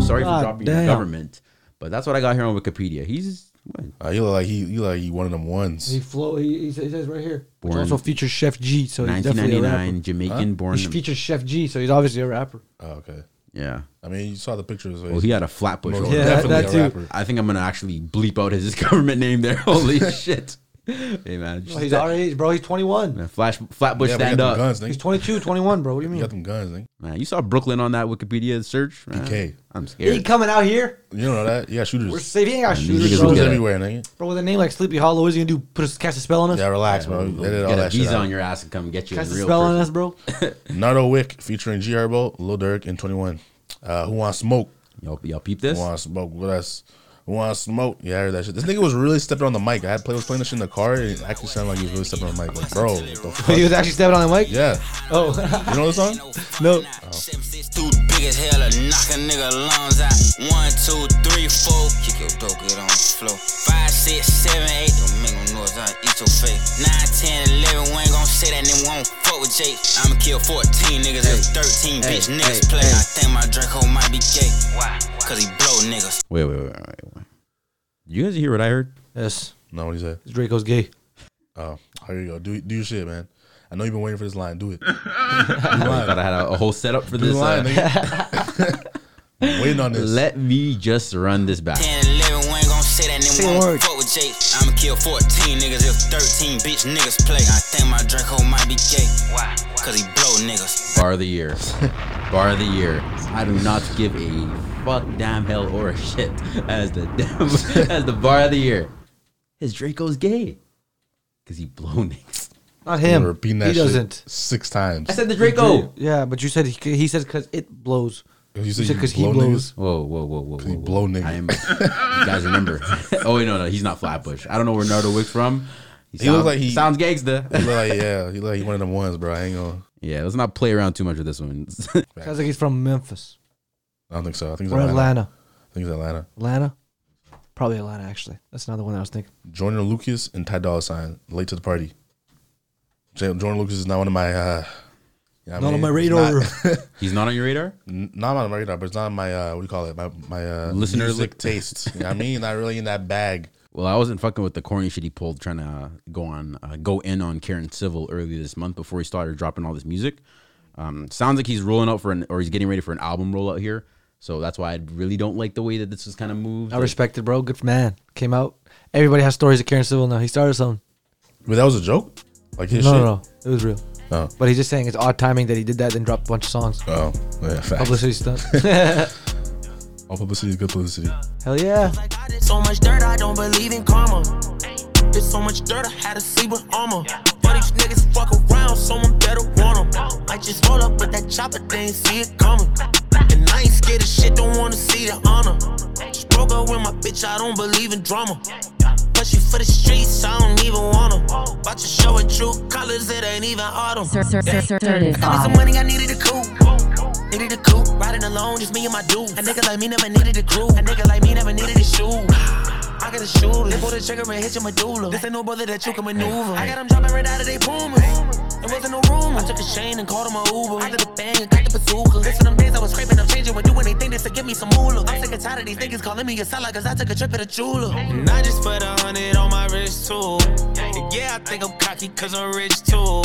[SPEAKER 3] Sorry for
[SPEAKER 4] God
[SPEAKER 3] dropping
[SPEAKER 4] damn.
[SPEAKER 3] the government, but that's what I got here on Wikipedia. He's what?
[SPEAKER 5] Uh, you look like he. You look like he one of them ones.
[SPEAKER 4] He flow. He, he says- he says right here. Which
[SPEAKER 3] Born
[SPEAKER 4] also features Chef G, so he's definitely a rapper.
[SPEAKER 3] 1999 Jamaican born.
[SPEAKER 4] He features Chef G, so he's obviously a rapper.
[SPEAKER 5] Oh, okay.
[SPEAKER 3] yeah.
[SPEAKER 5] I mean, you saw the pictures.
[SPEAKER 3] Well, he had a Flatbush.
[SPEAKER 5] Most
[SPEAKER 3] roll.
[SPEAKER 4] Yeah,
[SPEAKER 5] definitely
[SPEAKER 4] that- that
[SPEAKER 5] a
[SPEAKER 4] too.
[SPEAKER 5] rapper.
[SPEAKER 3] I think I'm gonna actually bleep out his government name there. Holy shit! Hey man, just
[SPEAKER 4] Well, he's
[SPEAKER 3] that-
[SPEAKER 4] our age, bro. He's 21.
[SPEAKER 3] man, Flash Flatbush
[SPEAKER 5] Yeah, but he
[SPEAKER 3] stand
[SPEAKER 5] got them
[SPEAKER 3] up.
[SPEAKER 5] guns.
[SPEAKER 4] He's
[SPEAKER 5] nigga.
[SPEAKER 4] 22, 21, bro. What do you
[SPEAKER 5] He
[SPEAKER 4] mean?
[SPEAKER 5] got them guns. nigga.
[SPEAKER 3] Man, you saw Brooklyn on that Wikipedia search. Man,
[SPEAKER 5] PK.
[SPEAKER 3] I'm
[SPEAKER 4] He ain't
[SPEAKER 3] scared.
[SPEAKER 4] coming out here.
[SPEAKER 5] You don't know that? Yeah, shooters.
[SPEAKER 4] We're safe. He ain't got
[SPEAKER 3] Man, these
[SPEAKER 4] shooters,
[SPEAKER 3] niggas
[SPEAKER 4] bro.
[SPEAKER 3] will
[SPEAKER 5] Shooters
[SPEAKER 3] get it.
[SPEAKER 5] everywhere, nigga.
[SPEAKER 4] Bro, with a name like Sleepy Hollow, what is he gonna do? Put a cast a spell on us?
[SPEAKER 5] Yeah, relax, bro. They did all
[SPEAKER 3] Get a
[SPEAKER 5] that shit.
[SPEAKER 3] visa
[SPEAKER 5] out.
[SPEAKER 3] on your ass and come get you.
[SPEAKER 4] Cast a
[SPEAKER 3] in real
[SPEAKER 4] spell on
[SPEAKER 3] person.
[SPEAKER 4] us, bro.
[SPEAKER 5] Nardo Wick featuring G Herbo, Lil Durk, and 21. Uh, who wants smoke?
[SPEAKER 3] Y'all, y'all peep this?
[SPEAKER 5] Who wants smoke with us? Who wants smoke? Yeah, I heard that shit. This nigga was really stepping on the mic. I had play, was playing this shit in the car, and it actually sounded like he was really stepping on the mic. Like, bro, what the
[SPEAKER 4] he
[SPEAKER 5] fuck?
[SPEAKER 4] was actually stepping on the mic.
[SPEAKER 5] Yeah.
[SPEAKER 4] Oh,
[SPEAKER 5] You know this song?
[SPEAKER 4] no.
[SPEAKER 9] Oh. Through the biggest hell to knock a nigga lungs out. One, two, three, four. Kick your dope, get on the floor. Five, six, seven, eight. Don't make no noise, I'll eat your face. Nine, ten, eleven. We ain't gon' say that, then we won't fuck with Jake. I'ma kill 14 niggas and 13 bitch niggas play. I think my Draco might be gay. Why? Cause he blow niggas.
[SPEAKER 3] Wait, wait, wait, wait, wait, wait. You guys hear what I heard?
[SPEAKER 4] Yes,
[SPEAKER 5] No, what he said.
[SPEAKER 4] Draco's gay.
[SPEAKER 5] Oh, here you go. Do do your shit, man. I know you've been waiting for this line. Do it.
[SPEAKER 3] I thought I had a, a whole setup for
[SPEAKER 5] Do the
[SPEAKER 3] this.
[SPEAKER 5] line,
[SPEAKER 3] uh,
[SPEAKER 5] nigga. waiting on this.
[SPEAKER 3] let me just run this back.
[SPEAKER 9] 10, 11. We ain't gon' say that, then we
[SPEAKER 4] word.
[SPEAKER 9] won't fuck with Jake. I'ma kill 14 niggas if 13 bitch niggas play. I think my Draco might be gay. Why? Cause he blow niggas.
[SPEAKER 3] Bar of the year. Bar of the year. I do not give a fuck, damn hell, or a shit as the as the bar of the year. His Draco's gay, cause he blow niggas.
[SPEAKER 4] Not
[SPEAKER 5] I'm
[SPEAKER 4] him.
[SPEAKER 5] gonna repeat that
[SPEAKER 4] he
[SPEAKER 5] shit
[SPEAKER 4] doesn't.
[SPEAKER 5] six times.
[SPEAKER 3] I said the Draco.
[SPEAKER 4] Yeah, but you said he, he says because it blows.
[SPEAKER 5] You
[SPEAKER 4] You
[SPEAKER 5] said
[SPEAKER 4] said
[SPEAKER 5] you
[SPEAKER 4] because he
[SPEAKER 5] blow
[SPEAKER 4] blows.
[SPEAKER 3] Whoa, whoa, whoa, whoa, whoa,
[SPEAKER 5] he
[SPEAKER 3] whoa.
[SPEAKER 5] blow nigga.
[SPEAKER 3] I am, you guys remember? oh wait, no, no, he's not Flatbush. I don't know where Nardo Wick from. He,
[SPEAKER 5] looks
[SPEAKER 3] sound-
[SPEAKER 5] like he-
[SPEAKER 3] sounds gangsta.
[SPEAKER 5] He look like yeah, he look like he one of them ones, bro. I ain't gonna.
[SPEAKER 3] yeah, let's not play around too much with this one.
[SPEAKER 4] Sounds like he's from Memphis
[SPEAKER 5] I don't think so. I think it's
[SPEAKER 4] or
[SPEAKER 5] Atlanta.
[SPEAKER 4] Atlanta.
[SPEAKER 5] I think it's Atlanta.
[SPEAKER 4] Atlanta, probably Atlanta. Actually, that's another one I was thinking.
[SPEAKER 5] Jordan Lucas and Ty Dolla Sign late to the party. J- Jordan Lucas is not one of my. Uh, you know what I
[SPEAKER 4] Not on
[SPEAKER 5] mean?
[SPEAKER 4] my
[SPEAKER 5] It's
[SPEAKER 4] radar.
[SPEAKER 5] Not,
[SPEAKER 3] he's not on your radar.
[SPEAKER 5] N- not on my radar, but it's not on my uh, what do you call it? My my uh,
[SPEAKER 3] Listener
[SPEAKER 5] music
[SPEAKER 3] li-
[SPEAKER 5] taste. You know what I mean, not really in that bag.
[SPEAKER 3] Well, I wasn't fucking with the corny shit he pulled trying to uh, go on uh, go in on Karen Civil earlier this month before he started dropping all this music. Um, sounds like he's rolling out for an or he's getting ready for an album rollout here. So that's why I really don't like the way that this is kind of moved.
[SPEAKER 4] I respect it, bro. Good man. Came out. Everybody has stories of Karen Civil now. He started something.
[SPEAKER 5] But that was a joke. Like his
[SPEAKER 4] No,
[SPEAKER 5] shit.
[SPEAKER 4] no, no. It was real.
[SPEAKER 5] Oh.
[SPEAKER 4] But he's just saying it's odd timing that he did that, then dropped a bunch of songs.
[SPEAKER 5] Oh, yeah, facts.
[SPEAKER 4] Publicity stunt. Hell
[SPEAKER 5] All publicity is good publicity.
[SPEAKER 4] yeah.
[SPEAKER 10] So much dirt, I don't believe in karma. It's so much dirt, I had to sleep with armor. But these
[SPEAKER 8] niggas fuck around, someone better want them. I just roll up with that chopper, they ain't see it coming. And I ain't scared of shit, don't wanna see the honor. Just broke up with my bitch, I don't believe in drama. Push you for the streets, I don't even want them. About to show it true colors, it ain't even autumn.
[SPEAKER 2] Cer- cer- cer-
[SPEAKER 8] I need some
[SPEAKER 2] certified.
[SPEAKER 8] money, I needed a coupe. Needed a coupe, riding alone, just me and my dude. A nigga like me never needed a crew. A nigga like me never needed a shoe. I got a shoe. They pull the trigger and hit your medulla. This ain't no brother that you can maneuver. I got 'em dropping right out of they Pumas. It wasn't no rumor. I took a chain and called him a Uber. I did a bang and got the bazooka. This for them days I was scraping, I'm changing, would do anything just to give me some moolah. I'm sick and tired of these niggas calling me a seller, cause I took a trip at a jeweler. Not just for the hundred on my wrist too. Yeah, I think I'm cocky cause I'm rich too.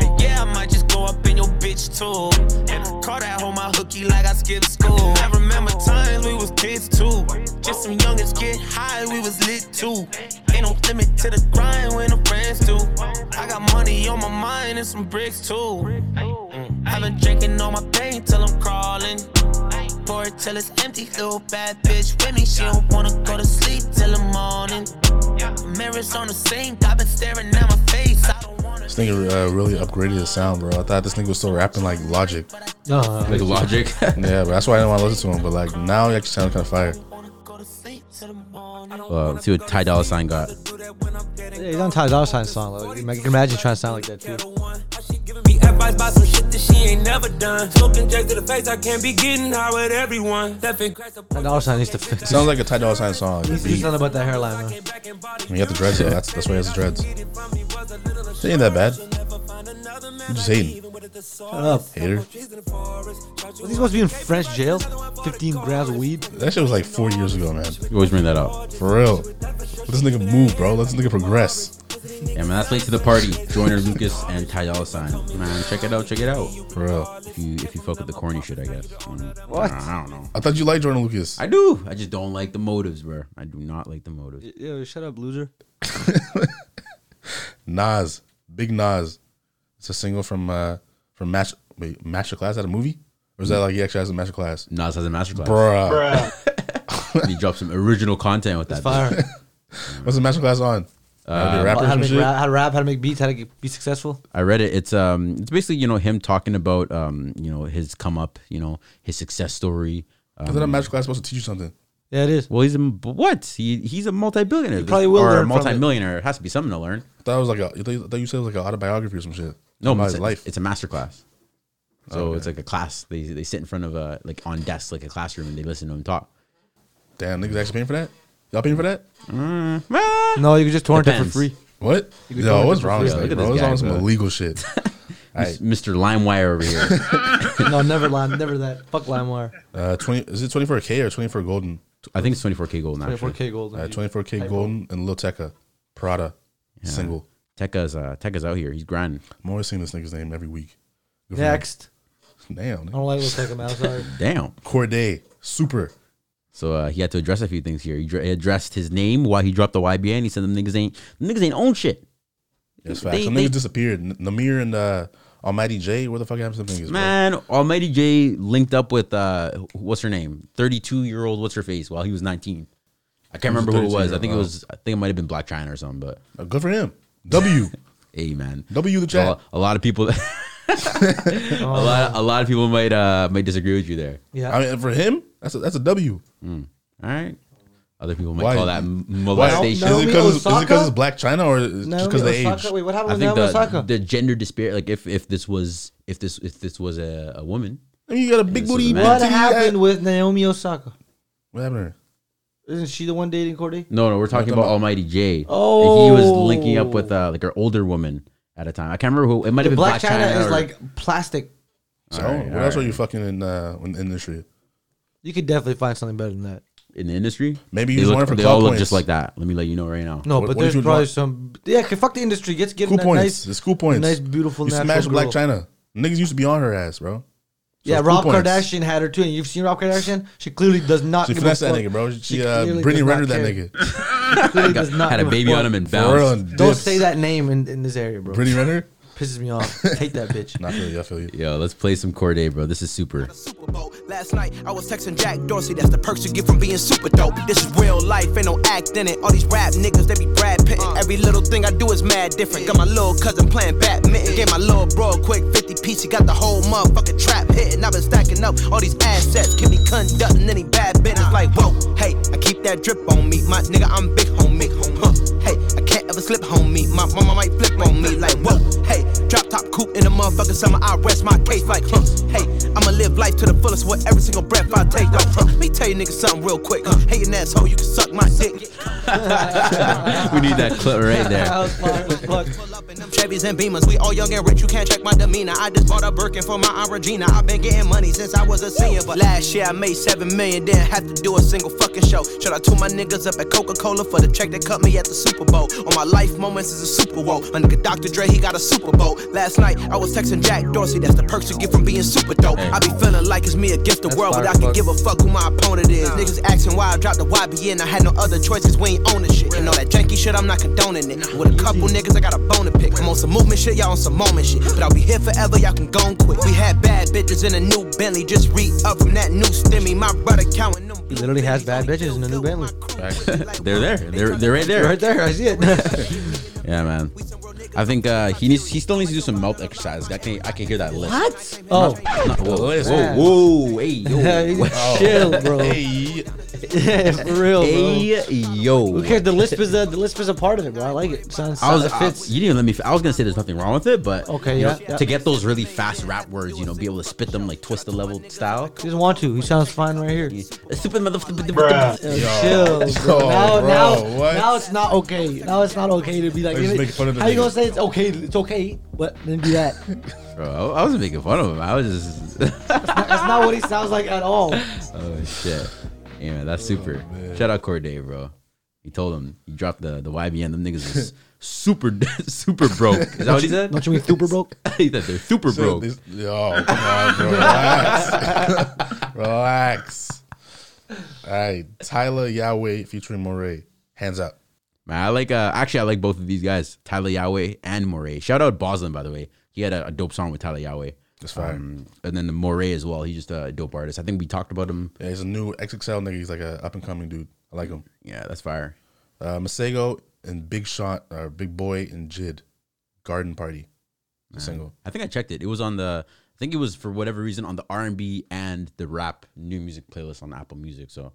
[SPEAKER 8] And yeah, I might just go up in your bitch too. And I call that hoe my hookie like I skipped school. I remember times we was kids too. Just some youngins get high, we was lit too. Ain't no limit to the grind when the friends do. I got money on my mind and some bricks too. Mm. I've been drinking all my pain till I'm crawling. Pour it till it's empty, little bad bitch with me. She don't wanna go to sleep till the morning. Mirrors on the sink, I've been staring at my face. I don't wanna.
[SPEAKER 5] This nigga uh, really upgraded his sound, bro. I thought this nigga was still rapping like Logic.
[SPEAKER 4] Uh,
[SPEAKER 3] Like logic.
[SPEAKER 5] Yeah, but that's why I didn't want to listen to him. But like now, he actually sounds kind of fire.
[SPEAKER 3] Uh, let's see what Ty Dolla Sign got.
[SPEAKER 7] Yeah, he's on Ty Dolla Sign's song. Like, you can imagine trying to sound like that too.
[SPEAKER 6] Be advised by some shit that she ain't never done. Smoking jack to the face, I can't be getting high with everyone. Left and crack
[SPEAKER 7] Ty Dolla Sign needs to fix.
[SPEAKER 5] Sounds like a Ty Dolla Sign song. Like a
[SPEAKER 7] He's
[SPEAKER 5] beat.
[SPEAKER 7] something about that hairline, man.
[SPEAKER 5] I mean, he had the dreads though. That's that's why he has the dreads. It ain't that bad. I'm just hating,
[SPEAKER 7] Shut up.
[SPEAKER 5] hater.
[SPEAKER 7] Was he supposed to be in French jail? 15 grams of weed?
[SPEAKER 5] That shit was like four years ago, man.
[SPEAKER 3] You always bring that up.
[SPEAKER 5] For real. Let this nigga move, bro. Let this nigga progress.
[SPEAKER 3] Yeah, man, that's late to the party. Joiner Lucas and Ty Dolla Sign. Man, check it out. Check it out.
[SPEAKER 5] For real.
[SPEAKER 3] If you if you fuck with the corny shit, I guess. Mm,
[SPEAKER 7] What?
[SPEAKER 3] I don't know.
[SPEAKER 5] I thought you liked Jordan Lucas.
[SPEAKER 3] I do. I just don't like the motives, bro. I do not like the motives.
[SPEAKER 7] Yo, shut up, loser.
[SPEAKER 5] Nas, Big Nas. It's a single from uh from Match. Wait, Master Class at a movie, or is that like he actually has a Master Class?
[SPEAKER 3] Nas has a masterclass.
[SPEAKER 5] Bruh.
[SPEAKER 3] He dropped some original content with that. Um,
[SPEAKER 7] Fire.
[SPEAKER 3] bitch.
[SPEAKER 5] What's the Master Class on? How to be a rapper or
[SPEAKER 7] how, to
[SPEAKER 5] some
[SPEAKER 7] make
[SPEAKER 5] shit?
[SPEAKER 7] rap, how to rap, how to make beats, how to get, be successful.
[SPEAKER 3] I read it. It's um, it's basically you know him talking about um, you know his come up, you know his success story. Um,
[SPEAKER 5] I thought a Master Class supposed to teach you something.
[SPEAKER 7] Yeah, it is.
[SPEAKER 3] Well, he's a but what? He he's a multi-billionaire. He
[SPEAKER 7] probably will
[SPEAKER 3] or a
[SPEAKER 7] learn from it.
[SPEAKER 3] multi-millionaire. It has to be something to learn.
[SPEAKER 5] I thought it was like a. I thought you- I thought you said it was like an autobiography or some shit.
[SPEAKER 3] No,
[SPEAKER 5] about
[SPEAKER 3] but
[SPEAKER 5] his
[SPEAKER 3] it's a,
[SPEAKER 5] life.
[SPEAKER 3] it's a master class. So it's like a class. They they sit in front of a like on desks like a classroom and they listen to him talk.
[SPEAKER 5] Damn, niggas actually paying for that. Y'all paying for that?
[SPEAKER 7] Mm. No, you can just torrent it for
[SPEAKER 3] Depends.
[SPEAKER 7] free.
[SPEAKER 5] What? Yo, what's wrong with
[SPEAKER 3] Yeah,
[SPEAKER 5] this
[SPEAKER 3] look
[SPEAKER 5] nigga,
[SPEAKER 3] at
[SPEAKER 5] bro?
[SPEAKER 3] this
[SPEAKER 5] It's
[SPEAKER 3] guy,
[SPEAKER 5] on some
[SPEAKER 3] bro.
[SPEAKER 5] illegal shit. Alright.
[SPEAKER 3] Mr. LimeWire over here.
[SPEAKER 7] No, never line, never that. Fuck LimeWire.
[SPEAKER 5] Uh, twenty is it twenty four K or twenty four golden?
[SPEAKER 3] I think it's 24k gold. Actually,
[SPEAKER 7] 24K gold.
[SPEAKER 5] Uh, twenty four K golden and Lil Tecca, Prada, single.
[SPEAKER 3] Tekka's uh, Tekka's out here. He's grinding.
[SPEAKER 5] I'm always seeing this nigga's name every week. Good for him.
[SPEAKER 7] Next.
[SPEAKER 5] Damn.
[SPEAKER 7] I don't like Lil Tecca, man. I'm sorry.
[SPEAKER 3] Damn.
[SPEAKER 5] Corday, super.
[SPEAKER 3] So uh, he had to address a few things here. He, dr- he addressed his name, why he dropped the YBN. He said them niggas ain't them niggas ain't own shit.
[SPEAKER 5] That's fact.
[SPEAKER 3] They-
[SPEAKER 5] Some
[SPEAKER 3] they-
[SPEAKER 5] niggas disappeared. N- Namir and uh, Almighty J. Where the fuck happened to them niggas? Bro?
[SPEAKER 3] Man, Almighty J linked up with uh, wh- what's her name, thirty-two year old what's her face while he was nineteen. I can't
[SPEAKER 5] Who's
[SPEAKER 3] remember who it
[SPEAKER 5] 32
[SPEAKER 3] was.
[SPEAKER 5] year
[SPEAKER 3] I think it
[SPEAKER 5] old?
[SPEAKER 3] was. I think it might have been Black China or something. But
[SPEAKER 5] Uh, Good for him. W.
[SPEAKER 3] hey, man,
[SPEAKER 5] W the
[SPEAKER 3] a,
[SPEAKER 5] chat.
[SPEAKER 3] a lot of people, a lot, a lot of people might uh might disagree with you there.
[SPEAKER 7] Yeah.
[SPEAKER 5] I mean, for him, that's a, that's a W.
[SPEAKER 7] Mm.
[SPEAKER 3] All right, other people might
[SPEAKER 5] Why?
[SPEAKER 3] call that m-
[SPEAKER 5] Why?
[SPEAKER 3] molestation.
[SPEAKER 5] Is it
[SPEAKER 7] Naomi
[SPEAKER 5] because
[SPEAKER 7] Osaka?
[SPEAKER 5] it's Black China or is it just
[SPEAKER 7] Naomi
[SPEAKER 5] because they age?
[SPEAKER 7] Osaka- Wait, what happened
[SPEAKER 3] I
[SPEAKER 7] with
[SPEAKER 3] think
[SPEAKER 7] Naomi
[SPEAKER 3] the,
[SPEAKER 7] Osaka?
[SPEAKER 3] the gender disparity, like if if this was if this if this was a, a woman,
[SPEAKER 5] I mean, you got a
[SPEAKER 3] This
[SPEAKER 5] big
[SPEAKER 3] is
[SPEAKER 5] booty.
[SPEAKER 3] a man.
[SPEAKER 5] big
[SPEAKER 7] What
[SPEAKER 5] titty,
[SPEAKER 7] happened
[SPEAKER 5] I-
[SPEAKER 7] with Naomi Osaka?
[SPEAKER 5] What happened to her?
[SPEAKER 7] Isn't she the one dating Corday?
[SPEAKER 3] No, no, we're talking
[SPEAKER 5] talking
[SPEAKER 3] about
[SPEAKER 5] about-
[SPEAKER 3] Almighty J. And he was linking up with
[SPEAKER 7] Oh.
[SPEAKER 3] uh, like an older woman at a time. I can't remember who. It might have
[SPEAKER 7] Black,
[SPEAKER 3] been Black,
[SPEAKER 7] China, is
[SPEAKER 3] or-
[SPEAKER 7] like plastic.
[SPEAKER 5] So,
[SPEAKER 3] All right,
[SPEAKER 5] what
[SPEAKER 3] all
[SPEAKER 5] else
[SPEAKER 3] right.
[SPEAKER 5] are you fucking in, uh, in the industry?
[SPEAKER 7] You could definitely find something better than that.
[SPEAKER 3] in the industry.
[SPEAKER 5] Maybe
[SPEAKER 3] they
[SPEAKER 5] he's
[SPEAKER 3] look,
[SPEAKER 5] learning from
[SPEAKER 3] they
[SPEAKER 5] club
[SPEAKER 3] all look
[SPEAKER 5] points.
[SPEAKER 3] just like that. Let me let you know right now.
[SPEAKER 7] No,
[SPEAKER 5] What-
[SPEAKER 7] but
[SPEAKER 5] what if
[SPEAKER 7] there's
[SPEAKER 5] you
[SPEAKER 7] probably
[SPEAKER 5] want-
[SPEAKER 7] some. Yeah, okay, fuck the industry. Get get
[SPEAKER 5] Cool
[SPEAKER 7] a
[SPEAKER 5] points.
[SPEAKER 7] nice.
[SPEAKER 5] it's cool points.
[SPEAKER 7] nice, beautiful,
[SPEAKER 5] You
[SPEAKER 7] natural
[SPEAKER 5] smash Black
[SPEAKER 7] girl.
[SPEAKER 5] China. Niggas used to be on her ass, bro. So
[SPEAKER 7] yeah,
[SPEAKER 5] it's cool
[SPEAKER 7] Rob
[SPEAKER 5] points.
[SPEAKER 7] Kardashian had her too, and you've seen Rob Kardashian. She clearly does not.
[SPEAKER 5] She
[SPEAKER 7] give a
[SPEAKER 5] finessed that
[SPEAKER 7] fuck.
[SPEAKER 5] nigga, bro. She, uh,
[SPEAKER 7] clearly does
[SPEAKER 5] Brittany
[SPEAKER 7] not
[SPEAKER 5] Renner that
[SPEAKER 7] care.
[SPEAKER 5] nigga.
[SPEAKER 7] Clearly
[SPEAKER 3] Got-
[SPEAKER 7] does not
[SPEAKER 3] had a
[SPEAKER 7] give
[SPEAKER 3] baby
[SPEAKER 7] fuck.
[SPEAKER 3] on him and
[SPEAKER 5] For real.
[SPEAKER 3] bounced.
[SPEAKER 5] and
[SPEAKER 7] Don't
[SPEAKER 5] dips.
[SPEAKER 7] say that name in, in this area, bro.
[SPEAKER 5] Brittany Renner?
[SPEAKER 4] pisses me off. Take that bitch.
[SPEAKER 5] Not really. I feel you.
[SPEAKER 3] Yo, let's play some Corday, bro. This is super.
[SPEAKER 10] Super Bowl. Last night I was texting Jack Dorsey. That's the perks you get from being super dope. This is real life, ain't no act in it. All these rap niggas, they be Brad Pitt. Every little thing I do is mad different. Got my little cousin playing badminton. Gave my little bro a quick 50 piece. He got the whole motherfucking trap hitting. I've been stacking up all these assets. Can be conducting any bad business. Like whoa, hey, I keep that drip on me, my nigga. I'm big homie. Huh, hey, I can't ever slip homie. My mama might flip on me. Like whoa, hey, drop top coupe in the motherfucking summer. I rest my case like huh, hey, I'ma live life to the fullest with every single breath I take. Like, huh, let me tell you niggas something real quick. Huh, hating asshole, you can suck my dick.
[SPEAKER 3] we need that clip right there.
[SPEAKER 10] Pull up in them Chevys and Beamers, we all young and rich. You can't check my demeanor. I just bought a Birkin for my aunt Regina. I've been getting money since I was a senior, but last year I made seven million. Didn't have to do a single fucking show. Shout out to my niggas up at Coca Cola for the check that cut me at the Super Bowl. On my life moments is a Super Bowl. My nigga Dr. Dre, he got a Super Bowl. Last night I was texting Jack Dorsey. That's the perks you get from being super dope. I be feeling like it's me against the world, but I can give a fuck who my opponent is. Niggas asking why I dropped the YBN. I had no other choices. We ain't owning shit. And all that janky shit, I'm not condoning it. With a couple niggas, I got a bone to pick. I'm on some movement shit, y'all on some moment shit. But I'll be here forever, y'all can go and quit. We had bad bitches in a new Bentley. Just re up from that new stimmy. My brother counting them.
[SPEAKER 4] He literally has bad bitches in a new Bentley.
[SPEAKER 3] They're there. They're they're right there.
[SPEAKER 4] Right there, I see it.
[SPEAKER 3] Yeah, man. I think uh, he needs. He still needs to do some mouth exercises. I can. I can hear that list.
[SPEAKER 4] what? Oh,
[SPEAKER 3] Not- whoa, whoa, whoa, hey, yo,
[SPEAKER 4] chill, bro.
[SPEAKER 5] Hey,
[SPEAKER 4] Yeah, for real, bro.
[SPEAKER 3] hey, yo.
[SPEAKER 7] Okay, the lisp is a, the lisp is a part of it, bro. I like it. Sounds
[SPEAKER 3] I was,
[SPEAKER 7] it fits.
[SPEAKER 3] I, you didn't let me. I was gonna say there's nothing wrong with it, but
[SPEAKER 4] Okay,
[SPEAKER 3] you know,
[SPEAKER 4] yeah, yeah.
[SPEAKER 3] to get those really fast rap words, you know, be able to spit them like twist the level style.
[SPEAKER 4] He doesn't want to. He sounds fine right here.
[SPEAKER 3] Super motherfucker.
[SPEAKER 4] Yo, chill, bro.
[SPEAKER 5] Yo,
[SPEAKER 4] now,
[SPEAKER 5] bro,
[SPEAKER 4] now,
[SPEAKER 5] what?
[SPEAKER 4] now it's not okay. Now it's not okay to be like.
[SPEAKER 5] They're just making fun of the
[SPEAKER 4] how you
[SPEAKER 5] nigga.
[SPEAKER 4] gonna say it's okay? It's okay, but then do that.
[SPEAKER 3] Bro, I I wasn't making fun of him. I was just.
[SPEAKER 4] That's not what he sounds like at all.
[SPEAKER 3] Oh shit. Yeah, man, that's super.
[SPEAKER 5] Oh,
[SPEAKER 3] Shout out Corday, bro. He told him he dropped the the YBN. Them niggas is super super broke. Is that what he said?
[SPEAKER 4] Don't you mean super broke?
[SPEAKER 3] he said they're super broke.
[SPEAKER 5] This- Yo, come on, bro. Relax. Relax. All right. Tyler Yahweh featuring Moray. Hands up.
[SPEAKER 3] Man, I like uh actually I like both of these guys, Tyler Yahweh and Moray. Shout out Boslin, by the way. He had a, a dope song with Tyler Yahweh.
[SPEAKER 5] That's fire.
[SPEAKER 3] Um, and then the Moray as well. He's just a dope artist. I think we talked about him.
[SPEAKER 5] Yeah, he's a new XXL nigga. He's like a up and coming dude. I like him.
[SPEAKER 3] Yeah, that's fire.
[SPEAKER 5] Uh, Masego and Big Shot, or Big Boy and Jid. Garden Party. The single.
[SPEAKER 3] I think I checked it. It was on the I think it was for whatever reason on the R and B and the rap new music playlist on Apple Music. So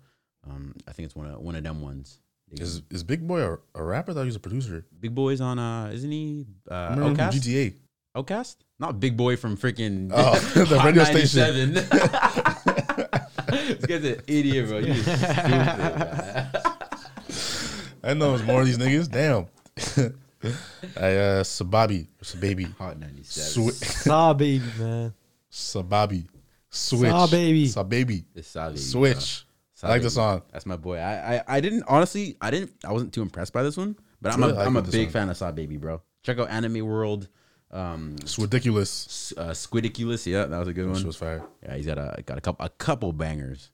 [SPEAKER 3] um, I think it's one of one of them ones.
[SPEAKER 5] Is is Big Boy a, a rapper? I thought he was a producer.
[SPEAKER 3] Big Boy's on uh isn't he
[SPEAKER 5] I
[SPEAKER 3] uh
[SPEAKER 5] remember him from
[SPEAKER 3] Outcast?
[SPEAKER 5] GTA.
[SPEAKER 3] Outcast? Not Big Boy from freaking
[SPEAKER 5] Oh, the radio
[SPEAKER 3] station. this guy's an idiot, bro. You is stupid, man.
[SPEAKER 5] I know it's more of these niggas. Damn. I uh Sababi. Sababy.
[SPEAKER 3] Hot 97.
[SPEAKER 5] Swi-
[SPEAKER 4] Saw baby, man.
[SPEAKER 5] Sababi. Switch.
[SPEAKER 4] Sababi.
[SPEAKER 5] Sababi.
[SPEAKER 3] It's solid, bro.
[SPEAKER 5] Switch. I like the song.
[SPEAKER 3] That's my boy. I, I I didn't honestly I didn't I wasn't too impressed by this one, but I'm
[SPEAKER 5] Really
[SPEAKER 3] a
[SPEAKER 5] like
[SPEAKER 3] am a
[SPEAKER 5] this
[SPEAKER 3] big
[SPEAKER 5] song.
[SPEAKER 3] fan of Saw Baby, bro. Check out Anime World, um,
[SPEAKER 5] It's ridiculous.
[SPEAKER 3] S- uh, Squidiculous. Yeah, that was a good
[SPEAKER 5] She
[SPEAKER 3] one.
[SPEAKER 5] was fire.
[SPEAKER 3] Yeah, he's got a got a couple a couple bangers.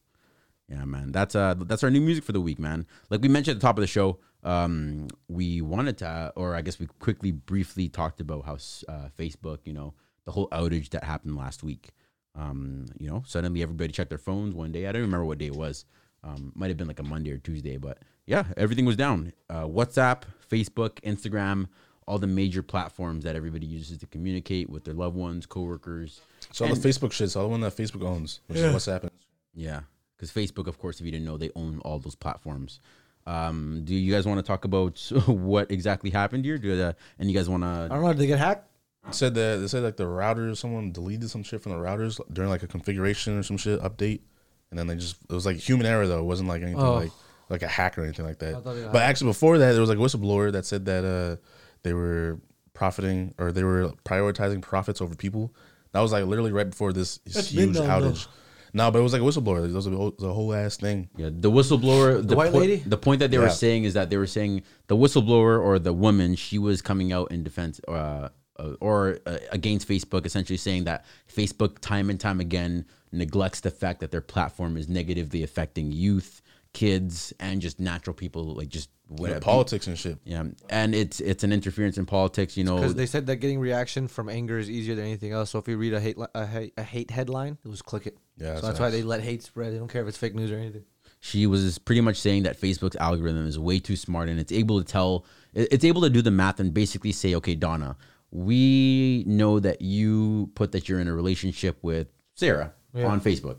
[SPEAKER 3] Yeah, man. That's uh that's our new music for the week, man. Like we mentioned at the top of the show, um, we wanted to, or I guess we quickly, briefly talked about how uh, Facebook, you know, the whole outage that happened last week. Um, you know, suddenly everybody checked their phones one day. I don't remember what day it was. Um, might have been like a Monday or Tuesday, but yeah, everything was down. Uh, WhatsApp, Facebook, Instagram, all the major platforms that everybody uses to communicate with their loved ones, coworkers,
[SPEAKER 5] So all the Facebook shit. It's all the one that Facebook owns, which is what's happening.
[SPEAKER 3] yeah, because Facebook, of course, if you didn't know, they own all those platforms. Um, do you guys want to talk about what exactly happened here? Do uh, and you guys want
[SPEAKER 4] I
[SPEAKER 3] to?
[SPEAKER 4] don't know. Did they get hacked?
[SPEAKER 5] said that they said like the routers, someone deleted some shit from the routers during like a configuration or some shit update, and then they just it was like human error though. It wasn't like anything
[SPEAKER 4] Oh.
[SPEAKER 5] like like a hack or anything like that.
[SPEAKER 4] thought it was
[SPEAKER 5] But actually, before that, there was like a whistleblower that said that uh they were profiting or they were prioritizing profits over people. That was like literally right before this
[SPEAKER 4] been
[SPEAKER 5] huge
[SPEAKER 4] done,
[SPEAKER 5] outage. No, but it was like a whistleblower. It was a whole, the whole ass thing.
[SPEAKER 3] Yeah, the whistleblower, the,
[SPEAKER 4] white
[SPEAKER 3] po-
[SPEAKER 4] lady?
[SPEAKER 3] The point that they were
[SPEAKER 5] Yeah.
[SPEAKER 3] saying is that they were saying the whistleblower or the woman, she was coming out in defense uh, uh, or uh, against Facebook, essentially saying that Facebook, time and time again, neglects the fact that their platform is negatively affecting youth, kids and just natural people, like just whatever
[SPEAKER 5] politics and shit.
[SPEAKER 3] Yeah, and it's it's an interference in politics. You know,
[SPEAKER 4] Because they said that getting reaction from anger is easier than anything else. So if you read a hate li- a hate, a hate headline, it was click it.
[SPEAKER 3] Yeah,
[SPEAKER 4] so
[SPEAKER 3] that's
[SPEAKER 4] that's why
[SPEAKER 3] nice.
[SPEAKER 4] they let hate spread. They don't care if it's fake news or anything.
[SPEAKER 3] she was pretty much saying that Facebook's algorithm is way too smart and it's able to tell, it- it's able to do the math and basically say, okay, Donna, we know that you put that you're in a relationship with Sarah
[SPEAKER 4] Yeah.
[SPEAKER 3] on Facebook,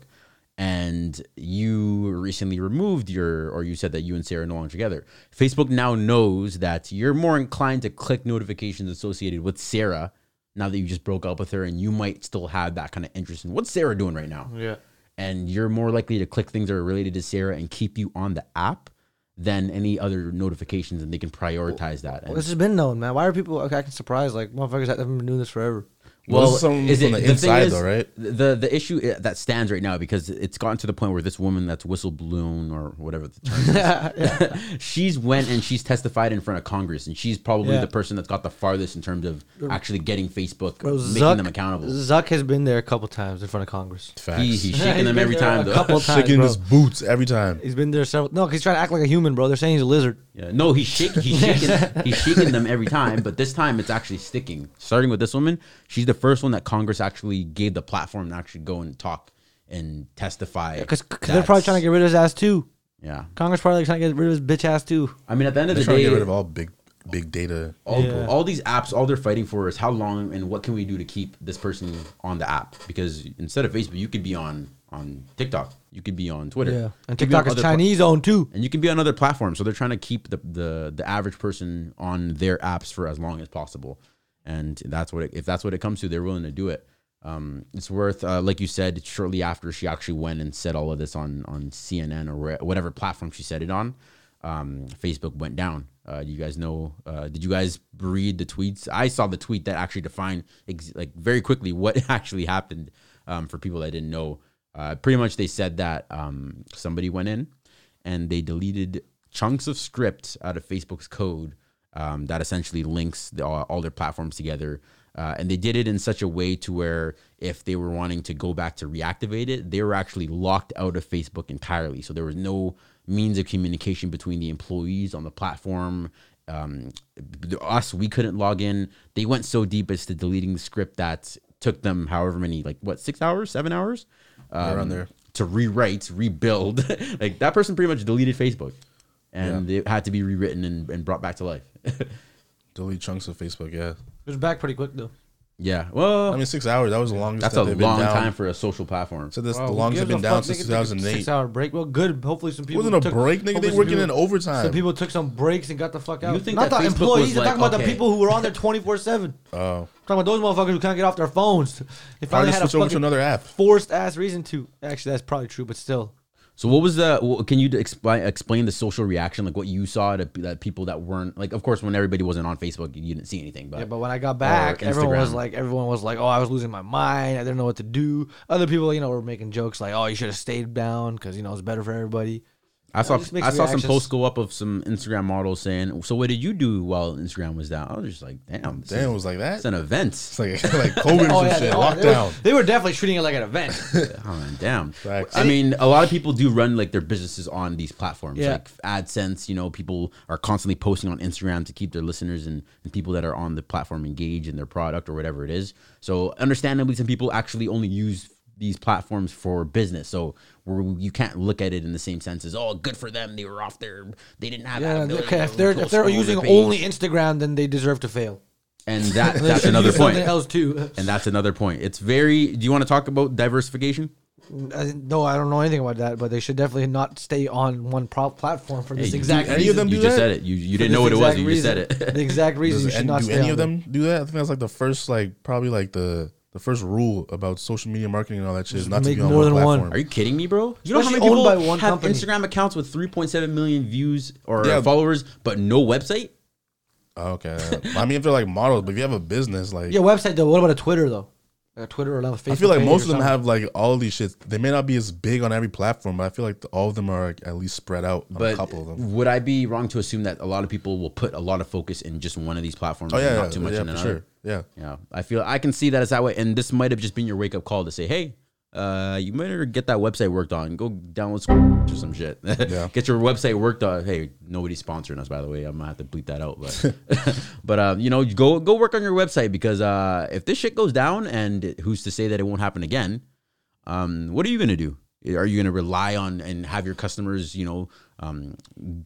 [SPEAKER 3] and you recently removed your, or you said that you and Sarah are no longer together. Facebook now knows that you're more inclined to click notifications associated with Sarah now that you just broke up with her, and you might still have that kind of interest in what's Sarah doing right now
[SPEAKER 4] Yeah.
[SPEAKER 3] and you're more likely to click things that are related to Sarah and keep you on the app than any other notifications, and they can prioritize that.
[SPEAKER 4] Well,
[SPEAKER 3] And-
[SPEAKER 4] this has been known, man. Why are people acting surprised? Like motherfuckers have been doing this forever.
[SPEAKER 3] thing is, The the issue i- that stands right now because it's gotten to the point where this woman that's whistle blown or whatever the term is, she's went and she's testified in front of Congress, and she's probably
[SPEAKER 4] Yeah.
[SPEAKER 3] the person that's got the farthest in terms of actually getting Facebook
[SPEAKER 4] Bro,
[SPEAKER 3] making
[SPEAKER 4] Zuck-
[SPEAKER 3] them accountable.
[SPEAKER 4] Zuck has been there a couple times in front of Congress.
[SPEAKER 3] He- he's shaking them
[SPEAKER 4] been
[SPEAKER 3] every
[SPEAKER 4] there
[SPEAKER 3] time,
[SPEAKER 4] A
[SPEAKER 3] though.
[SPEAKER 4] couple times,
[SPEAKER 5] Shaking
[SPEAKER 4] bro.
[SPEAKER 5] his boots every time.
[SPEAKER 4] He's been there several. No, 'cause he's trying to act like a human, bro. They're saying he's a lizard.
[SPEAKER 3] Yeah, no, he's shaking, he's shaking, he's shaking them every time, but this time it's actually sticking. Starting with this woman, she's the first one that Congress actually gave the platform to actually go and talk and testify.
[SPEAKER 4] Because they're probably trying to get rid of his ass too.
[SPEAKER 3] Yeah.
[SPEAKER 4] Congress probably like, trying to get rid of his bitch ass too.
[SPEAKER 3] I mean, at the end of
[SPEAKER 5] They're
[SPEAKER 3] the
[SPEAKER 5] trying
[SPEAKER 3] day,
[SPEAKER 5] to get rid of all big, big data.
[SPEAKER 3] all,
[SPEAKER 5] people.
[SPEAKER 3] all these apps, all they're fighting for is how long and what can we do to keep this person on the app? Because instead of Facebook, you could be on on TikTok, you could be on Twitter,
[SPEAKER 4] Yeah.
[SPEAKER 3] You
[SPEAKER 4] And
[SPEAKER 3] could be on
[SPEAKER 4] TikTok is
[SPEAKER 3] other pla-
[SPEAKER 4] Chinese owned too.
[SPEAKER 3] and you can be on other platforms. So they're trying to keep the the the average person on their apps for as long as possible, and that's what it, if that's what it comes to, they're willing to do it. Um, it's worth, uh, like you said, shortly after she actually went and said all of this on on CNN or where, whatever platform she said it on, um, Facebook went down. Uh, do you guys know? Uh, did you guys read the tweets? I saw the tweet that actually defined ex- like very quickly what actually happened. Um, for people that didn't know, uh, pretty much they said that um, somebody went in and they deleted chunks of script out of Facebook's code um, that essentially links the, all, all their platforms together. Uh, and they did it in such a way to where if they were wanting to go back to reactivate it, they were actually locked out of Facebook entirely. So there was no means of communication between the employees on the platform. Um, th- us, we couldn't log in. They went so deep as to deleting the script that took them however many, like what, six hours, seven hours? Um,
[SPEAKER 5] Yeah, around there.
[SPEAKER 3] to rewrite, rebuild. like that person pretty much deleted Facebook, and it had to be rewritten and, and brought back to life.
[SPEAKER 5] Delete chunks of Facebook. Yeah.
[SPEAKER 4] It was back pretty quick though.
[SPEAKER 3] yeah. Well,
[SPEAKER 5] I mean, six hours. That was the longest.
[SPEAKER 3] that's
[SPEAKER 5] that
[SPEAKER 3] a
[SPEAKER 5] they've been
[SPEAKER 3] long
[SPEAKER 5] down.
[SPEAKER 3] time for a social platform.
[SPEAKER 5] So this the longest they've been down since 2008.
[SPEAKER 4] Six hour break. Well, good. Hopefully some people
[SPEAKER 5] Wasn't a
[SPEAKER 4] took-
[SPEAKER 5] break, nigga. They
[SPEAKER 4] hopefully some
[SPEAKER 5] working
[SPEAKER 4] people-
[SPEAKER 5] in overtime.
[SPEAKER 4] Some people took some breaks and got the fuck out.
[SPEAKER 3] think
[SPEAKER 4] Not
[SPEAKER 3] that
[SPEAKER 4] the
[SPEAKER 3] Facebook was
[SPEAKER 4] employees. I'm
[SPEAKER 3] like,
[SPEAKER 4] talking about the
[SPEAKER 3] okay.
[SPEAKER 4] people who were on there 24 seven.
[SPEAKER 5] Oh,
[SPEAKER 4] Talking about those motherfuckers who can't get off their phones. They
[SPEAKER 5] I
[SPEAKER 4] finally
[SPEAKER 5] just
[SPEAKER 4] had a
[SPEAKER 5] switch over to
[SPEAKER 4] fucking
[SPEAKER 5] another app.
[SPEAKER 4] forced ass reason to. Actually, that's probably true, but still.
[SPEAKER 3] So what was the? wh- Can you explain explain the social reaction, like what you saw to p- that people that weren't like? Of course, when everybody wasn't on Facebook, you didn't see anything. But
[SPEAKER 4] Yeah, but when I got back,
[SPEAKER 3] Or
[SPEAKER 4] everyone was
[SPEAKER 3] Instagram.
[SPEAKER 4] like, everyone was like, oh, I was losing my mind. I didn't know what to do. Other people, you know, were making jokes like, oh, you should have stayed down because you know it's better for everybody.
[SPEAKER 3] I saw
[SPEAKER 4] just mixed
[SPEAKER 3] I saw some
[SPEAKER 4] reactions.
[SPEAKER 3] posts go up of some Instagram models saying, "So what did you do while Instagram was down?" I was just like, "Damn, this
[SPEAKER 5] Damn,
[SPEAKER 3] is-
[SPEAKER 5] it was like
[SPEAKER 3] it's
[SPEAKER 5] that.
[SPEAKER 3] an event."
[SPEAKER 5] It's like like COVID or some
[SPEAKER 4] yeah,
[SPEAKER 5] shit.
[SPEAKER 4] they- oh, they were-
[SPEAKER 5] Lockdown.
[SPEAKER 4] They were definitely treating it like an event.
[SPEAKER 3] Oh, damn.
[SPEAKER 5] Facts.
[SPEAKER 3] I mean, a lot of people do run like their businesses on these platforms,
[SPEAKER 4] Yeah.
[SPEAKER 3] like AdSense. You know, people are constantly posting on Instagram to keep their listeners and, and people that are on the platform engaged in their product or whatever it is. So, understandably, some people actually only use these platforms for business. So, we're, you can't look at it in the same sense as, oh, good for them. They were off their, they didn't have that
[SPEAKER 4] Yeah,
[SPEAKER 3] ability
[SPEAKER 4] okay.
[SPEAKER 3] to
[SPEAKER 4] If they're
[SPEAKER 3] go
[SPEAKER 4] if they're
[SPEAKER 3] scroll their
[SPEAKER 4] using
[SPEAKER 3] page."
[SPEAKER 4] only Instagram, then they deserve to fail.
[SPEAKER 3] And that,
[SPEAKER 4] They
[SPEAKER 3] that's
[SPEAKER 4] should
[SPEAKER 3] another
[SPEAKER 4] use
[SPEAKER 3] point.
[SPEAKER 4] Something else too.
[SPEAKER 3] And that's another point. It's very, do you want to talk about diversification?
[SPEAKER 4] I didn't- no, I don't know anything about that, but they should definitely not stay on one pro- platform for this
[SPEAKER 3] Hey,
[SPEAKER 4] exact
[SPEAKER 5] any of
[SPEAKER 4] reason.
[SPEAKER 5] them
[SPEAKER 3] You
[SPEAKER 5] do
[SPEAKER 3] just
[SPEAKER 5] that?
[SPEAKER 3] said it. You, you didn't
[SPEAKER 4] For
[SPEAKER 3] know what it
[SPEAKER 4] this
[SPEAKER 3] was.
[SPEAKER 4] exact
[SPEAKER 3] You just said
[SPEAKER 4] reason.
[SPEAKER 3] it.
[SPEAKER 4] The exact reason
[SPEAKER 5] Does
[SPEAKER 4] you
[SPEAKER 5] any-
[SPEAKER 4] should not
[SPEAKER 5] do
[SPEAKER 4] stay
[SPEAKER 5] any
[SPEAKER 4] on
[SPEAKER 5] of
[SPEAKER 4] there.
[SPEAKER 5] them do that? I think that's like the first, like probably like the the first rule about social media marketing and all that shit is not to
[SPEAKER 4] make
[SPEAKER 5] be on
[SPEAKER 4] more
[SPEAKER 5] one
[SPEAKER 4] than one.
[SPEAKER 5] platform.
[SPEAKER 3] Are you kidding me, bro? You know how many
[SPEAKER 4] Especially owned
[SPEAKER 3] people
[SPEAKER 4] by one
[SPEAKER 3] have
[SPEAKER 4] company.
[SPEAKER 3] Instagram accounts with 3.7 million views or
[SPEAKER 5] Yeah.
[SPEAKER 3] followers, but no website?
[SPEAKER 5] Oh, okay, I mean if they're like models, but if you have a business, like
[SPEAKER 4] Yeah, website though. What about a Twitter though? Like a Twitter or a Facebook.
[SPEAKER 5] I feel like
[SPEAKER 4] page
[SPEAKER 5] most
[SPEAKER 4] or
[SPEAKER 5] of them
[SPEAKER 4] something.
[SPEAKER 5] have like all these shits. They may not be as big on every platform, but I feel like the, all of them are like, at least spread out on a
[SPEAKER 3] But
[SPEAKER 5] couple of them.
[SPEAKER 3] would I be wrong to assume that a lot of people will put a lot of focus in just one of these platforms
[SPEAKER 5] Oh
[SPEAKER 3] and
[SPEAKER 5] yeah,
[SPEAKER 3] not
[SPEAKER 5] yeah,
[SPEAKER 3] too much
[SPEAKER 5] yeah,
[SPEAKER 3] in
[SPEAKER 5] for
[SPEAKER 3] another?
[SPEAKER 5] sure. Yeah,
[SPEAKER 3] Yeah, I feel I can see that it's that way, and this might have just been your wake up call to say, "Hey, Uh, you better get that website worked on. Go download some or some shit. get your website worked on. Hey, nobody's sponsoring us, by the way. I'm gonna have to bleep that out, but but um, you know, go go work on your website because uh, if this shit goes down, and who's to say that it won't happen again? Um, what are you gonna do? Are you gonna rely on and have your customers, you know, um,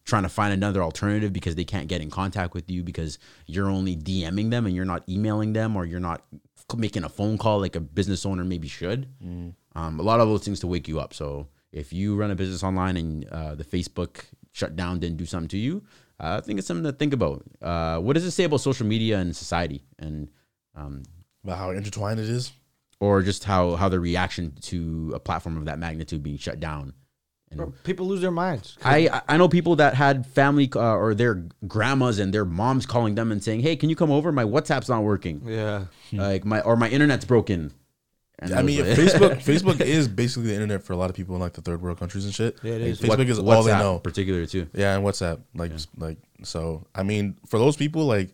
[SPEAKER 3] trying to find another alternative because they can't get in contact with you because you're only DMing them and you're not emailing them or you're not making a phone call like a business owner maybe should.
[SPEAKER 5] Mm.
[SPEAKER 3] Um, a lot of those things to wake you up. So if you run a business online and uh, the Facebook shutdown didn't do something to you, uh, I think it's something to think about. Uh, what does it say about social media and society and um,
[SPEAKER 5] about how intertwined it is,
[SPEAKER 3] or just how how the reaction to a platform of that magnitude being shut down?
[SPEAKER 4] Bro, people lose their minds.
[SPEAKER 3] I I know people that had family uh, or their grandmas and their moms calling them and saying, "Hey, can you come over? My WhatsApp's not working.
[SPEAKER 4] Yeah,
[SPEAKER 3] like my or my internet's broken." And
[SPEAKER 5] I
[SPEAKER 3] was
[SPEAKER 5] mean,
[SPEAKER 3] like-
[SPEAKER 5] Facebook Facebook is basically the internet for a lot of people in like the third world countries and shit.
[SPEAKER 4] Yeah, it
[SPEAKER 5] Like,
[SPEAKER 4] is.
[SPEAKER 5] Facebook
[SPEAKER 3] What-
[SPEAKER 5] is all they
[SPEAKER 3] WhatsApp
[SPEAKER 5] know,
[SPEAKER 3] particular too.
[SPEAKER 5] Yeah, and WhatsApp, like like so. I mean, for those people, like,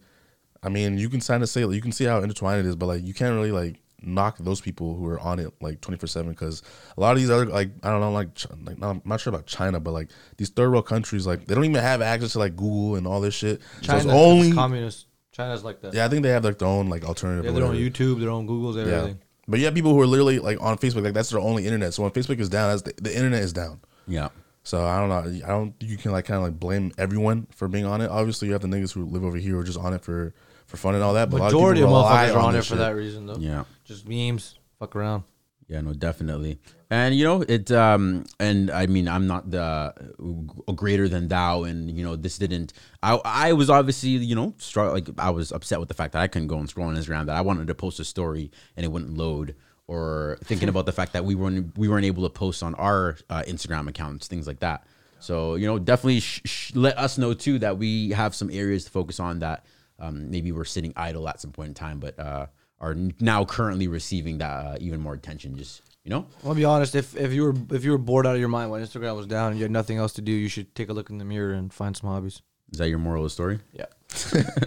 [SPEAKER 5] I mean, you can sign to say you can see how intertwined it is, but like, you can't really like knock those people who are on it like twenty four seven because a lot of these other like I don't know like Ch- like I'm not sure about China, but like these third world countries like they don't even have access to like Google and all this shit. so it's
[SPEAKER 4] China
[SPEAKER 5] only
[SPEAKER 4] is communist. China's like that.
[SPEAKER 5] yeah, I think they have like their own like alternative.
[SPEAKER 4] They
[SPEAKER 5] or
[SPEAKER 4] have their own
[SPEAKER 5] whatever.
[SPEAKER 4] YouTube, their own Google's, everything.
[SPEAKER 5] But you have people who are literally like on Facebook, like that's their only internet. So when Facebook is down, that's the, the internet is down.
[SPEAKER 3] Yeah.
[SPEAKER 5] So I don't know. I don't. You can like kind of like blame everyone for being on it. Obviously, you have the niggas who live over here who are just on it for for fun and all that. But
[SPEAKER 4] Majority
[SPEAKER 5] a
[SPEAKER 4] of
[SPEAKER 5] lot
[SPEAKER 4] motherfuckers
[SPEAKER 5] people
[SPEAKER 4] are on it
[SPEAKER 5] this
[SPEAKER 4] for
[SPEAKER 5] shit.
[SPEAKER 4] that reason, though.
[SPEAKER 3] Yeah.
[SPEAKER 4] just memes. Fuck around.
[SPEAKER 3] Yeah, no, definitely. And you know, it um and I mean, I'm not the uh, greater than thou and you know, this didn't I I was obviously, you know, str- like I was upset with the fact that I couldn't go and scroll on Instagram that I wanted to post a story and it wouldn't load or thinking about the fact that we weren't we weren't able to post on our uh, Instagram accounts, things like that. So, you know, definitely sh- sh- let us know too that we have some areas to focus on that um, maybe we're sitting idle at some point in time, but uh, are now currently receiving that uh, even more attention. Just you know,
[SPEAKER 4] I'm gonna be honest. If if you were if you were bored out of your mind when Instagram was down and you had nothing else to do, you should take a look in the mirror and find some hobbies.
[SPEAKER 3] is that your moral of the story?
[SPEAKER 4] Yeah.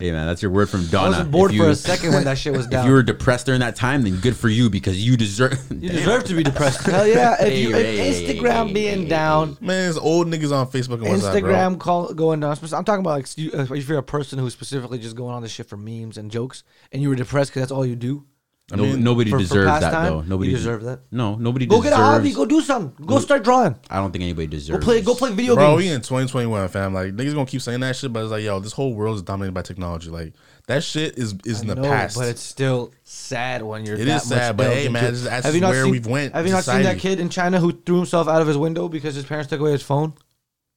[SPEAKER 3] Hey man, that's your word from Donna.
[SPEAKER 4] wasn't bored
[SPEAKER 3] If
[SPEAKER 4] for a second when that shit was
[SPEAKER 3] If
[SPEAKER 4] down.
[SPEAKER 3] you were depressed during that time, then good for you because you deserve.
[SPEAKER 4] You deserve to be depressed. Hell yeah! If, you, if Instagram being down,
[SPEAKER 5] Man, it's old niggas on Facebook and WhatsApp, bro.
[SPEAKER 4] Instagram call going down. spec- I'm talking about like you- uh, if you're a person who's specifically just going on this shit for memes and jokes, and you were depressed because that's all you do.
[SPEAKER 3] No, nobody
[SPEAKER 4] for- for
[SPEAKER 3] deserves that
[SPEAKER 4] pastime,
[SPEAKER 3] though.
[SPEAKER 4] you
[SPEAKER 3] Nobody de-
[SPEAKER 4] deserve that.
[SPEAKER 3] No, nobody.
[SPEAKER 4] Go get
[SPEAKER 3] deserves,
[SPEAKER 4] a hobby. Go do something. Go
[SPEAKER 3] No-
[SPEAKER 4] start drawing.
[SPEAKER 3] I don't think anybody
[SPEAKER 4] Go
[SPEAKER 3] deserves.
[SPEAKER 4] play. Go play video
[SPEAKER 5] bro, we
[SPEAKER 4] games.
[SPEAKER 5] in 2021, fam. Like niggas gonna keep saying that shit, but it's like, yo, this whole world is dominated by technology. Like that shit is is in the
[SPEAKER 4] No,
[SPEAKER 5] past.
[SPEAKER 4] but it's still sad when you're.
[SPEAKER 5] It
[SPEAKER 4] that
[SPEAKER 5] is
[SPEAKER 4] much
[SPEAKER 5] sad, but
[SPEAKER 4] down
[SPEAKER 5] hey,
[SPEAKER 4] to
[SPEAKER 5] man,
[SPEAKER 4] do-
[SPEAKER 5] this is- that's
[SPEAKER 4] Have you not
[SPEAKER 5] where
[SPEAKER 4] seen-
[SPEAKER 5] we've went,
[SPEAKER 4] Have you not seen
[SPEAKER 5] society.
[SPEAKER 4] that kid in China who threw himself out of his window because his parents took away his phone?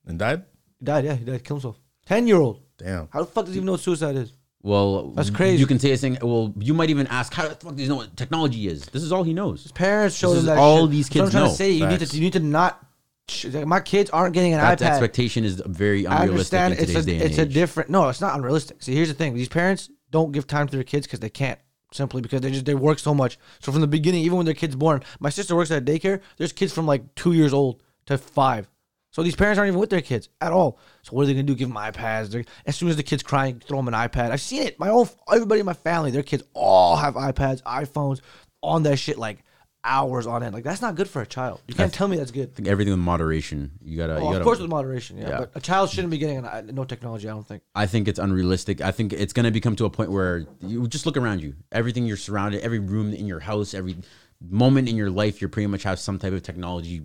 [SPEAKER 5] and died.
[SPEAKER 4] He died. Yeah, he died. Killed himself. Ten year old.
[SPEAKER 5] Damn.
[SPEAKER 4] How the fuck does he even know what suicide is?
[SPEAKER 3] Well,
[SPEAKER 4] That's crazy.
[SPEAKER 3] You can say a thing. Well, you might even ask, "How the fuck does he know what technology is?" This is all he knows.
[SPEAKER 4] Parents showed him
[SPEAKER 3] This is
[SPEAKER 4] that.
[SPEAKER 3] all
[SPEAKER 4] shit.
[SPEAKER 3] these
[SPEAKER 4] That's what
[SPEAKER 3] kids
[SPEAKER 4] I'm trying
[SPEAKER 3] know.
[SPEAKER 4] to say you need
[SPEAKER 5] Facts.
[SPEAKER 4] to you need to not. sh- like, My kids aren't getting an
[SPEAKER 3] That
[SPEAKER 4] iPad.
[SPEAKER 3] expectation is very
[SPEAKER 4] I
[SPEAKER 3] unrealistic
[SPEAKER 4] understand
[SPEAKER 3] in
[SPEAKER 4] it's
[SPEAKER 3] today's day
[SPEAKER 4] a
[SPEAKER 3] and
[SPEAKER 4] it's a
[SPEAKER 3] age.
[SPEAKER 4] different. No, it's not unrealistic. See, here's the thing: these parents don't give time to their kids because they can't simply because they just they work so much. So from the beginning, even when their kids born, my sister works at a daycare. There's kids from like two years old to five. So these parents aren't even with their kids at all. So what are they gonna do? Give them iPads? They're, as soon as the kid's crying, throw them an iPad. I've seen it. My own everybody in my family, their kids all have iPads, iPhones, on that shit like hours on end. Like that's not good for a child. You can't tell me that's good.
[SPEAKER 3] I think everything in moderation. You gotta.
[SPEAKER 4] Oh,
[SPEAKER 3] uh, you gotta
[SPEAKER 4] of course, with moderation, yeah,
[SPEAKER 3] Yeah.
[SPEAKER 4] But a child shouldn't be getting an, i- no technology. I don't think.
[SPEAKER 3] I think it's unrealistic. I think it's going to become to a point where you just look around you. Everything you're surrounded, every room in your house, every moment in your life, you pretty much have some type of technology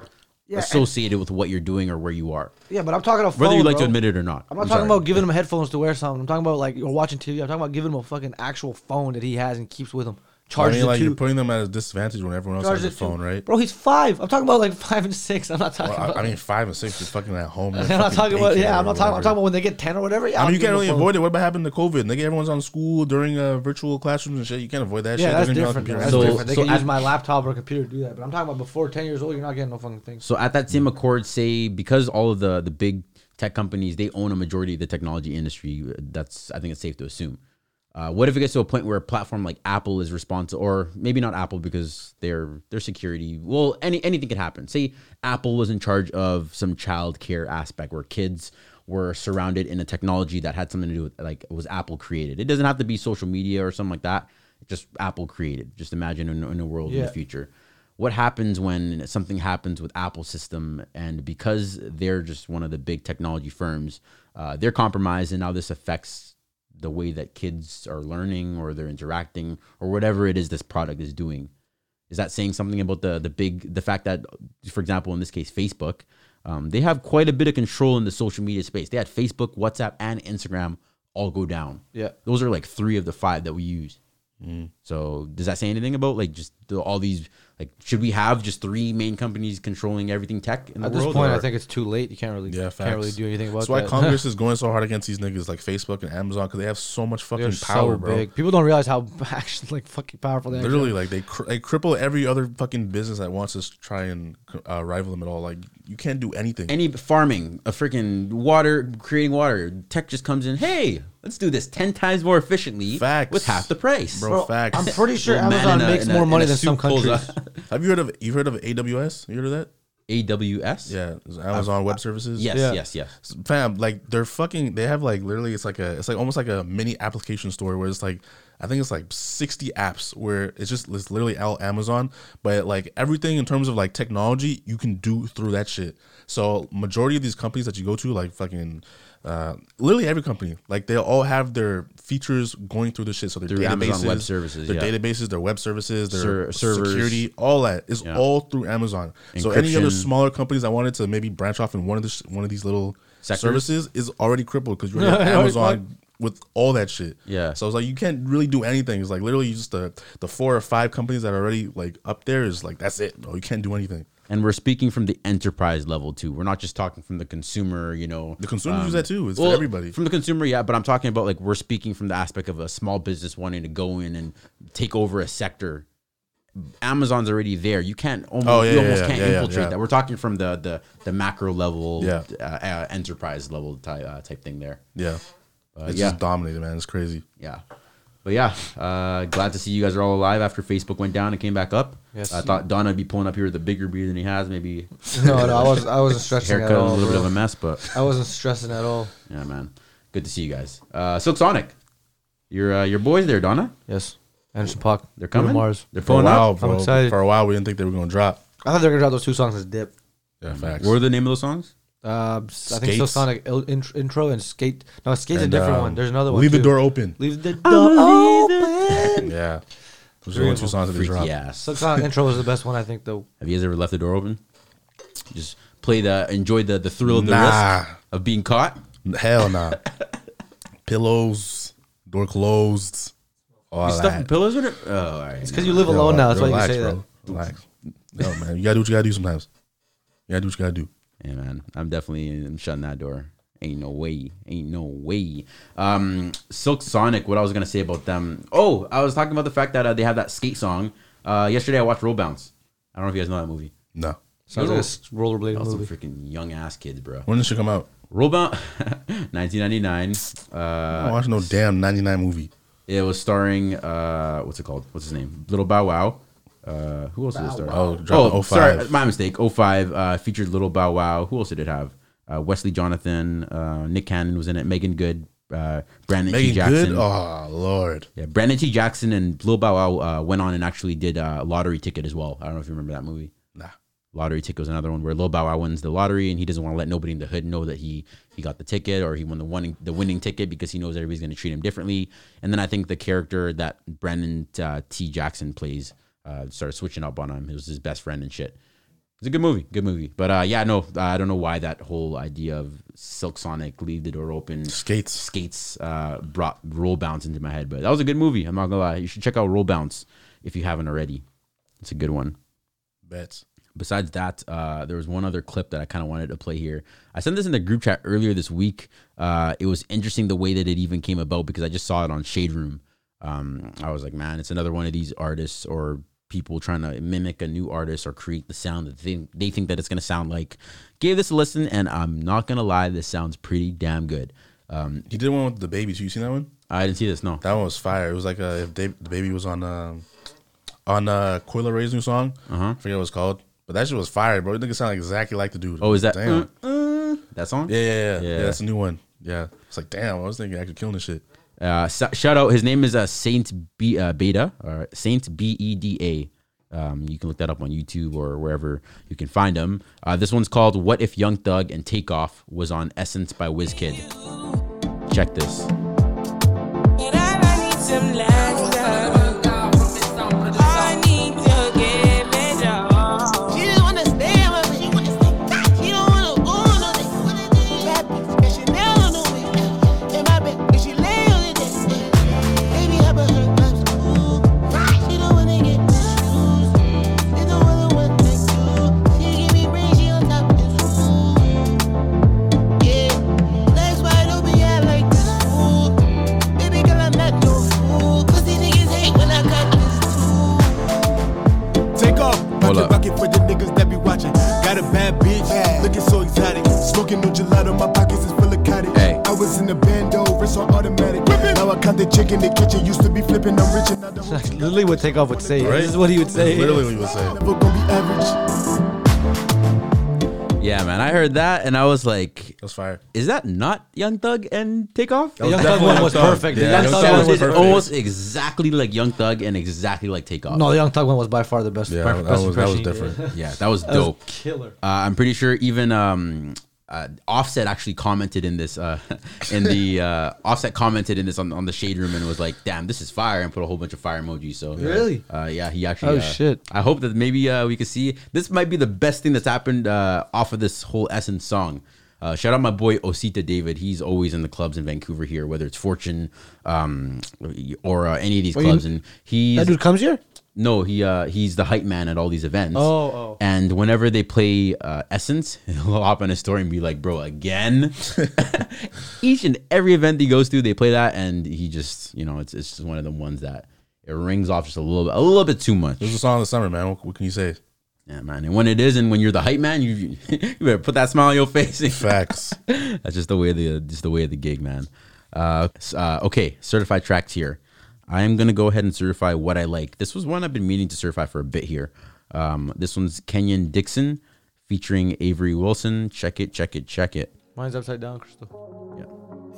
[SPEAKER 4] Yeah, and-
[SPEAKER 3] associated with what you're doing or where you are.
[SPEAKER 4] Yeah, but I'm talking about
[SPEAKER 3] Whether you
[SPEAKER 4] phone,
[SPEAKER 3] like to
[SPEAKER 4] bro.
[SPEAKER 3] admit it or not.
[SPEAKER 4] I'm not talking
[SPEAKER 3] I'm sorry.
[SPEAKER 4] about giving him headphones to wear something. I'm talking about like or watching TV. I'm talking about giving him a fucking actual phone that he has and keeps with him.
[SPEAKER 5] I
[SPEAKER 4] Charges
[SPEAKER 5] mean, like
[SPEAKER 4] it
[SPEAKER 5] you're
[SPEAKER 4] too.
[SPEAKER 5] putting them at a disadvantage when everyone else
[SPEAKER 4] Charges
[SPEAKER 5] has a
[SPEAKER 4] it
[SPEAKER 5] phone,
[SPEAKER 4] too.
[SPEAKER 5] right?
[SPEAKER 4] Bro, he's five. I'm talking about like five and six. I'm not talking
[SPEAKER 5] Well,
[SPEAKER 4] about.
[SPEAKER 5] I, I mean, five and six is fucking at home.
[SPEAKER 4] I'm not talking about. Yeah, I'm not talking. I'm talking about when they get ten or whatever. Yeah,
[SPEAKER 5] I
[SPEAKER 4] I'll give
[SPEAKER 5] mean, you can't
[SPEAKER 4] him a
[SPEAKER 5] really
[SPEAKER 4] phone.
[SPEAKER 5] avoid it. What about happening to COVID? Nigga, everyone's on school during uh, virtual classrooms and shit. You can't avoid that
[SPEAKER 4] Yeah,
[SPEAKER 5] shit.
[SPEAKER 4] that's
[SPEAKER 5] They're gonna be on
[SPEAKER 4] different. though.
[SPEAKER 5] computers.
[SPEAKER 4] That's
[SPEAKER 3] So-
[SPEAKER 4] different. They
[SPEAKER 3] so
[SPEAKER 4] can use
[SPEAKER 3] at-
[SPEAKER 4] my laptop or computer to do that. But I'm talking about before ten years old, you're not getting no fucking things.
[SPEAKER 3] So at that same accord, say because all of the the big tech companies they own a majority of the technology industry. That's I think it's safe to assume. Uh, what if it gets to a point where a platform like Apple is responsible, or maybe not Apple because their their security? Well, any anything could happen. Say Apple was in charge of some child care aspect where kids were surrounded in a technology that had something to do with like was Apple created. It doesn't have to be social media or something like that. just Apple created. Just imagine in, in a world in
[SPEAKER 4] Yeah.
[SPEAKER 3] the future. What happens when something happens with Apple system, and because they're just one of the big technology firms, uh, they're compromised, and now this affects the way that kids are learning or they're interacting or whatever it is this product is doing. Is that saying something about the the big the fact that, for example, in this case, Facebook, um, they have quite a bit of control in the social media space. They had Facebook, WhatsApp, and Instagram all go down.
[SPEAKER 4] Yeah.
[SPEAKER 3] those are like three of the five that we use.
[SPEAKER 5] Mm.
[SPEAKER 3] So does that say anything about like just the, all these like should we have just three main companies controlling everything tech in the
[SPEAKER 4] At this
[SPEAKER 3] world?
[SPEAKER 4] point, I
[SPEAKER 3] or-
[SPEAKER 4] think it's too late. You can't really,
[SPEAKER 5] Yeah,
[SPEAKER 4] can't really
[SPEAKER 5] facts.
[SPEAKER 4] do anything about
[SPEAKER 5] That's why
[SPEAKER 4] that.
[SPEAKER 5] Congress is going so hard against these niggas like Facebook and Amazon because they have so much fucking
[SPEAKER 4] They're
[SPEAKER 5] power,
[SPEAKER 4] so
[SPEAKER 5] bro.
[SPEAKER 4] big. People don't realize how actually like fucking powerful they actually
[SPEAKER 5] Literally, like they cr- they cripple every other fucking business that wants to s- try and uh, rival them at all. Like you can't do anything.
[SPEAKER 3] any farming, a freaking water, creating water, tech just comes in. Hey, let's do this ten times more efficiently
[SPEAKER 5] Facts.
[SPEAKER 3] with half the price,
[SPEAKER 5] bro.
[SPEAKER 4] Bro,
[SPEAKER 5] facts.
[SPEAKER 4] I'm pretty sure
[SPEAKER 3] Little man
[SPEAKER 4] Amazon
[SPEAKER 3] in a-
[SPEAKER 4] makes
[SPEAKER 3] in a-
[SPEAKER 4] more
[SPEAKER 3] in
[SPEAKER 4] money
[SPEAKER 3] a
[SPEAKER 4] than some
[SPEAKER 3] suit pulls
[SPEAKER 4] countries.
[SPEAKER 3] up.
[SPEAKER 5] have you heard of you heard of AWS? You heard of that?
[SPEAKER 3] AWS.
[SPEAKER 5] Yeah, it's Amazon Web Services.
[SPEAKER 3] Yes.
[SPEAKER 4] Yeah.
[SPEAKER 3] Yes. Yes.
[SPEAKER 5] fam, like they're fucking. They have like literally, it's like a, it's like almost like a mini application store where it's like, I think it's like sixty apps where it's just it's literally all Amazon, but like everything in terms of like technology you can do through that shit. So majority of these companies that you go to, like fucking. Uh, literally every company, like they all have their features going through the shit. So their
[SPEAKER 3] Through
[SPEAKER 5] databases,
[SPEAKER 3] Amazon Web Services,
[SPEAKER 5] their
[SPEAKER 3] yeah.
[SPEAKER 5] databases, their web services, their
[SPEAKER 3] Ser- servers.
[SPEAKER 5] security, all that is
[SPEAKER 3] Yeah.
[SPEAKER 5] all through Amazon. So any other
[SPEAKER 3] Encryption.
[SPEAKER 5] smaller companies that wanted to maybe branch off in one of the one of these little
[SPEAKER 3] Sectors?
[SPEAKER 5] services is already crippled because you already have Amazon with all that shit.
[SPEAKER 3] Yeah.
[SPEAKER 5] So it's like you can't really do anything. It's like literally just the the four or five companies that are already like up there is like that's it, bro. You can't do anything.
[SPEAKER 3] And we're speaking from the enterprise level too. We're not just talking from the consumer. You know, um,
[SPEAKER 5] The consumers use that too. It's
[SPEAKER 3] Well,
[SPEAKER 5] for everybody.
[SPEAKER 3] From the consumer, yeah, but I'm talking about like we're speaking from the aspect of a small business wanting to go in and take over a sector. Amazon's already there. You can't almost,
[SPEAKER 5] Oh, yeah,
[SPEAKER 3] you
[SPEAKER 5] yeah,
[SPEAKER 3] almost
[SPEAKER 5] yeah,
[SPEAKER 3] can't
[SPEAKER 5] yeah, yeah,
[SPEAKER 3] infiltrate
[SPEAKER 5] yeah.
[SPEAKER 3] that. We're talking from the the, the macro level,
[SPEAKER 5] Yeah.
[SPEAKER 3] uh, uh, enterprise level type uh, type thing there.
[SPEAKER 5] Yeah. it's
[SPEAKER 3] Uh, yeah.
[SPEAKER 5] just dominated, man. It's crazy.
[SPEAKER 3] Yeah. But yeah, uh, glad to see you guys are all alive after Facebook went down and came back up.
[SPEAKER 4] Yes.
[SPEAKER 3] I thought Donna would be pulling up here with a bigger beard than he has, maybe
[SPEAKER 4] No, no, I wasn't. I wasn't stressing
[SPEAKER 3] haircut
[SPEAKER 4] at
[SPEAKER 3] a
[SPEAKER 4] all.
[SPEAKER 3] little bit of
[SPEAKER 4] Bro.
[SPEAKER 3] a mess, but
[SPEAKER 4] I wasn't stressing at all.
[SPEAKER 3] yeah, man. Good to see you guys. Uh, Silk Sonic, your uh, your boys there, Donna.
[SPEAKER 4] Yes, Anderson Puck.
[SPEAKER 3] They're coming.
[SPEAKER 4] Mars.
[SPEAKER 3] They're
[SPEAKER 5] For a
[SPEAKER 3] pulling
[SPEAKER 5] while,
[SPEAKER 3] up.
[SPEAKER 5] Oh, bro.
[SPEAKER 4] excited.
[SPEAKER 5] For a while, we didn't think they were gonna drop.
[SPEAKER 4] I thought they were gonna drop those two songs as dip.
[SPEAKER 5] Yeah, facts.
[SPEAKER 3] What were the name of those songs?
[SPEAKER 4] Uh, I think Still
[SPEAKER 5] Skates.
[SPEAKER 4] Sonic il- int- intro and skate. No, skate's
[SPEAKER 5] And,
[SPEAKER 4] a different
[SPEAKER 5] um,
[SPEAKER 4] one. There's another one.
[SPEAKER 5] Leave
[SPEAKER 4] too.
[SPEAKER 5] the door open.
[SPEAKER 4] Leave the door open.
[SPEAKER 5] Yeah. Those are the only two songs that they
[SPEAKER 3] Oh, Freaky
[SPEAKER 5] dropped.
[SPEAKER 3] ass.
[SPEAKER 4] Silk Sonic intro was the best one I think though.
[SPEAKER 3] Have you guys ever left the door open? Just play the enjoy the the thrill of the
[SPEAKER 5] Nah.
[SPEAKER 3] risk of being caught.
[SPEAKER 5] Hell nah. Pillows, door closed, all
[SPEAKER 3] You
[SPEAKER 5] that.
[SPEAKER 3] stuffing pillows with it? Oh, all right.
[SPEAKER 4] Because you live alone now, that's why you say that.
[SPEAKER 5] Relax. No, man. You gotta do what you gotta do sometimes. You gotta do what you gotta do.
[SPEAKER 3] Yeah, man. I'm definitely I'm shutting that door. Ain't no way. Ain't no way. Um, Silk Sonic. What I was gonna say about them? Oh, I was talking about the fact that uh, they have that skate song. Uh, yesterday I watched Roll Bounce. I don't know if you guys know that movie.
[SPEAKER 5] No.
[SPEAKER 4] Sounds like a s- rollerblade
[SPEAKER 3] Some
[SPEAKER 4] movie.
[SPEAKER 3] freaking young ass kids, bro.
[SPEAKER 5] When this shit come out?
[SPEAKER 3] Roll Bounce, 1999. Uh,
[SPEAKER 5] Oh, I don't watch no damn 99 movie.
[SPEAKER 3] It was starring uh, what's it called? What's his name? Little Bow Wow. Uh, who else did it star?
[SPEAKER 5] Wow. Oh, dropped in 05.
[SPEAKER 3] my mistake. 05 uh, featured Little Bow Wow. Who else did it have? Uh, Wesley Jonathan, uh, Nick Cannon was in it. Megan Good, uh, Brandon T.
[SPEAKER 5] Megan
[SPEAKER 3] Jackson.
[SPEAKER 5] Good? Oh, Lord.
[SPEAKER 3] Yeah, Brandon T. Jackson and Lil Bow Wow uh, went on and actually did uh, lottery ticket as well. I don't know if you remember that movie.
[SPEAKER 5] Nah.
[SPEAKER 3] Lottery ticket was another one where Lil Bow Wow wins the lottery and he doesn't want to let nobody in the hood know that he he got the ticket or he won the winning the winning ticket because he knows everybody's going to treat him differently. And then I think the character that Brandon uh, T. Jackson plays uh, started switching up on him. It was his best friend and shit. It's a good movie, good movie. But uh, yeah, no, I don't know why that whole idea of Silk Sonic leave the door open
[SPEAKER 5] Skates.
[SPEAKER 3] skates uh, brought roll bounce into my head but that was a good movie i'm not gonna lie you should check out roll bounce if you haven't already it's a good one
[SPEAKER 5] Bets.
[SPEAKER 3] besides that uh, there was one other clip that i kind of wanted to play here i sent this in the group chat earlier this week uh, it was interesting the way that it even came about because i just saw it on shade room um, i was like man it's another one of these artists or people trying to mimic a new artist or create the sound that they, they think that it's going to sound like gave this a listen and i'm not gonna lie this sounds pretty damn good um,
[SPEAKER 5] He did one with the baby too. You seen that one?
[SPEAKER 3] i didn't see this no
[SPEAKER 5] That one was fire. It was like uh, if they, the baby was on um, on uh, Coil Ray's new song.
[SPEAKER 3] Uh-huh.
[SPEAKER 5] I forget what it's called, but that shit was fire, bro. It nigga sound exactly like the dude.
[SPEAKER 3] Oh, is that
[SPEAKER 5] damn?
[SPEAKER 3] uh, uh, that song?
[SPEAKER 5] Yeah, yeah, yeah,
[SPEAKER 3] Yeah.
[SPEAKER 5] yeah. That's a new one. Yeah, it's like damn. I was thinking I could kill this shit.
[SPEAKER 3] Uh, so- shout out. His name is uh, Saint B uh, Beta or Saint B E D A. Um, you can look that up on YouTube or wherever you can find him. Uh, this one's called "What If Young Thug and Takeoff Was on Essence" by WizKid. Check this.
[SPEAKER 11] Take off.
[SPEAKER 3] Hold
[SPEAKER 11] Pocket
[SPEAKER 3] up.
[SPEAKER 11] rocket for the niggas that be watching. Got a bad bitch, looking so exotic. Smoking no gelato, my pockets is full of cotton. I was in a bando, wrist on automatic. Now I count the chick in the kitchen. Used to be flipping, I'm rich and I don't
[SPEAKER 4] Literally what Takeoff would say.
[SPEAKER 5] Right?
[SPEAKER 4] This is what he would say.
[SPEAKER 5] Literally what he would say.
[SPEAKER 11] never gonna be average.
[SPEAKER 3] Yeah, man, I heard that and I was like,
[SPEAKER 5] "That's fire."
[SPEAKER 3] Is that not Young Thug and Takeoff?
[SPEAKER 5] That was Young Thug definitely one Young was Thug. perfect, dude.
[SPEAKER 3] Yeah,
[SPEAKER 5] Young
[SPEAKER 3] Young
[SPEAKER 5] Thug
[SPEAKER 3] Thug
[SPEAKER 5] was
[SPEAKER 3] was
[SPEAKER 5] perfect.
[SPEAKER 3] almost exactly like Young Thug and exactly like Takeoff.
[SPEAKER 4] No, the Young Thug one was by far the best.
[SPEAKER 5] Yeah,
[SPEAKER 4] per-
[SPEAKER 5] that
[SPEAKER 4] best
[SPEAKER 5] was- that was
[SPEAKER 4] impression he did.
[SPEAKER 5] different.
[SPEAKER 3] Yeah, that was
[SPEAKER 4] That
[SPEAKER 3] dope.
[SPEAKER 4] killer.
[SPEAKER 3] Uh, I'm pretty sure even um, uh, Offset actually commented in this. Uh, in the uh, Offset commented in this on, on the shade room and was like, "Damn, this is fire!" and put a whole bunch of fire emojis. So
[SPEAKER 4] Really?
[SPEAKER 3] uh, yeah, he actually.
[SPEAKER 4] Oh,
[SPEAKER 3] uh,
[SPEAKER 4] shit.
[SPEAKER 3] I hope that maybe uh, we could see this might be the best thing that's happened uh, off of this whole Essence song. Uh, shout out my boy Osita David. He's always in the clubs in Vancouver here, whether it's Fortune um, or uh, any of these
[SPEAKER 4] Wait, you-
[SPEAKER 3] clubs. and he
[SPEAKER 4] That dude comes here.
[SPEAKER 3] no, he uh, he's the hype man at all these events.
[SPEAKER 4] Oh, oh.
[SPEAKER 3] And whenever they play uh, Essence, he'll hop on his story and be like, "Bro, again." Each and every event he goes to, they play that, and he just, you know, it's it's just one of the ones that it rings off just a little bit, a little bit too much.
[SPEAKER 5] It was a song of the summer, man. What, what can you say?
[SPEAKER 3] Yeah, man. And when it is, and when you're the hype man, you you better put that smile on your face.
[SPEAKER 5] Facts.
[SPEAKER 3] That's just the way of the just the way of the gig, man. Uh, s- uh, okay, certified tracks here. I am gonna go ahead and certify what I like. This was one I've been meaning to certify for a bit here. Um, this one's Kenyon Dixon featuring Avery Wilson. Check it, check it, check it.
[SPEAKER 4] Mine's upside down, Crystal.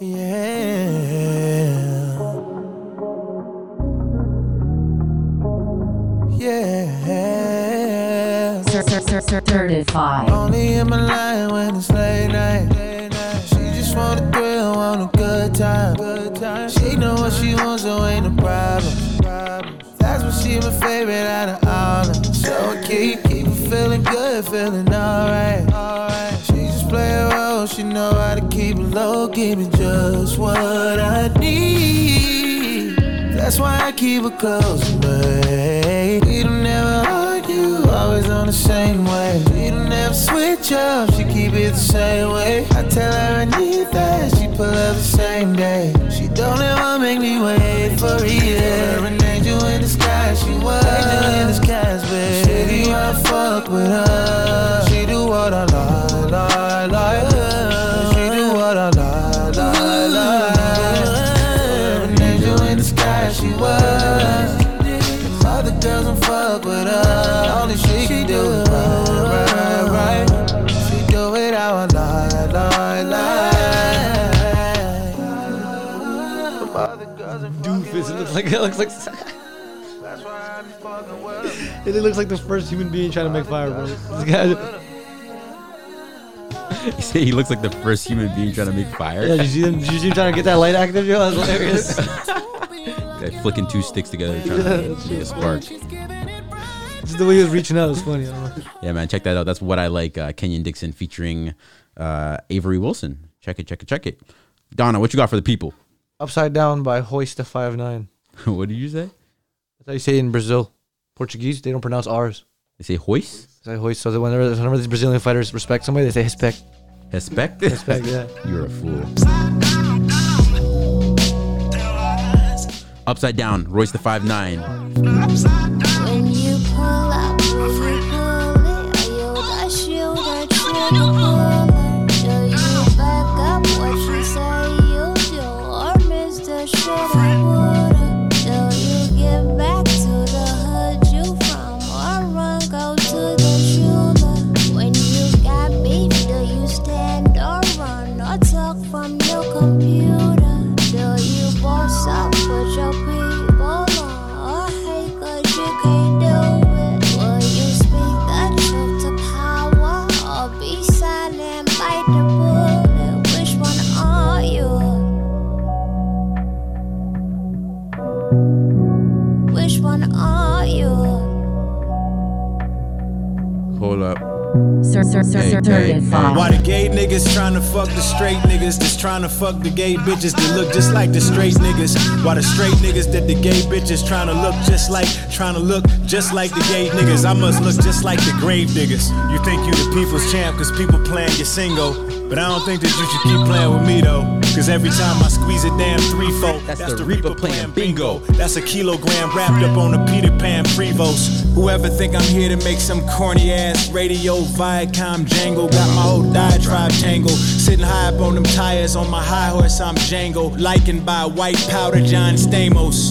[SPEAKER 11] Yeah. Yeah.
[SPEAKER 2] Certified.
[SPEAKER 11] Only in my line when it's late night. She just want a thrill, want a good time. She know what she wants, so ain't no problem. That's what she my favorite out of all of them. So I keep, keep her feeling good, feeling alright. She just play a role, she know how to keep it low, give me just what I need. That's why I keep her close, babe. We don't never argue, always on the same way. We don't never switch up, she keep it the same way. I tell her I need that, she pull up the same day. She don't ever make me wait for a year. An angel in the sky, she was. Angel in the skies, babe. Shady, I fuck with her. She do what I like, like, like. uh. She do what I like, like, like. An angel in the sky, she was. Them other girls don't fuck with her. Only she can do it right, right, right. She do it how I like, like, like. Them other girls don't
[SPEAKER 4] Doofus. It looks like it looks like. it looks like the first human being trying to make fire, bro. This guy.
[SPEAKER 3] You say he looks like the first human being trying to make fire.
[SPEAKER 4] Yeah, did you see him? Did you see him trying to get that light active? Yo, that's hilarious.
[SPEAKER 3] Guy flicking two sticks together trying to make a spark.
[SPEAKER 4] Just the way he was reaching out was funny. I don't know.
[SPEAKER 3] Yeah, man, check that out. That's what I like. Uh, Kenyon Dixon featuring uh, Avery Wilson. Check it, check it, check it. Donna, what you got for the people?
[SPEAKER 4] Upside down by Hoist the Five Nine.
[SPEAKER 3] what do you say?
[SPEAKER 4] That's how you say it in Brazil. Portuguese, they don't pronounce R's.
[SPEAKER 3] They say hoist,
[SPEAKER 4] They say hoist. So that whenever, whenever these Brazilian fighters respect somebody, they say respect.
[SPEAKER 3] respect.
[SPEAKER 4] Respect, yeah.
[SPEAKER 3] You're a fool. Upside down, Royce the five nine.
[SPEAKER 12] When you pull up, pull it, you'll dash, you'll dash, you'll pull it. Do you back up what you say you do, or miss the shit I would've? Do you give back to the hood you from, or run, go to the shooter? When you got beef, do you stand or run, or talk from your computer? Do you boss
[SPEAKER 5] Hold up.
[SPEAKER 2] Sir, sir, sir, sir, third and five.
[SPEAKER 13] Why the gay niggas tryna fuck the straight niggas that's tryna fuck the gay bitches that look just like the straight niggas? Why the straight niggas that the gay bitches tryna look just like, tryna look just like the gay niggas? I must look just like the grave diggers. You think you the people's champ cause people playing your single. But I don't think that you should keep playing with me though. Cause every time I squeeze a damn threefold, that's, that's the Reaper playing bingo. That's a kilogram wrapped up on a Peter Pan Prevost. Whoever think I'm here to make some corny ass radio Viacom jangle. Got my whole diatribe tangle. Sitting high up on them tires on my high horse, I'm Django. Likened by white powder John Stamos.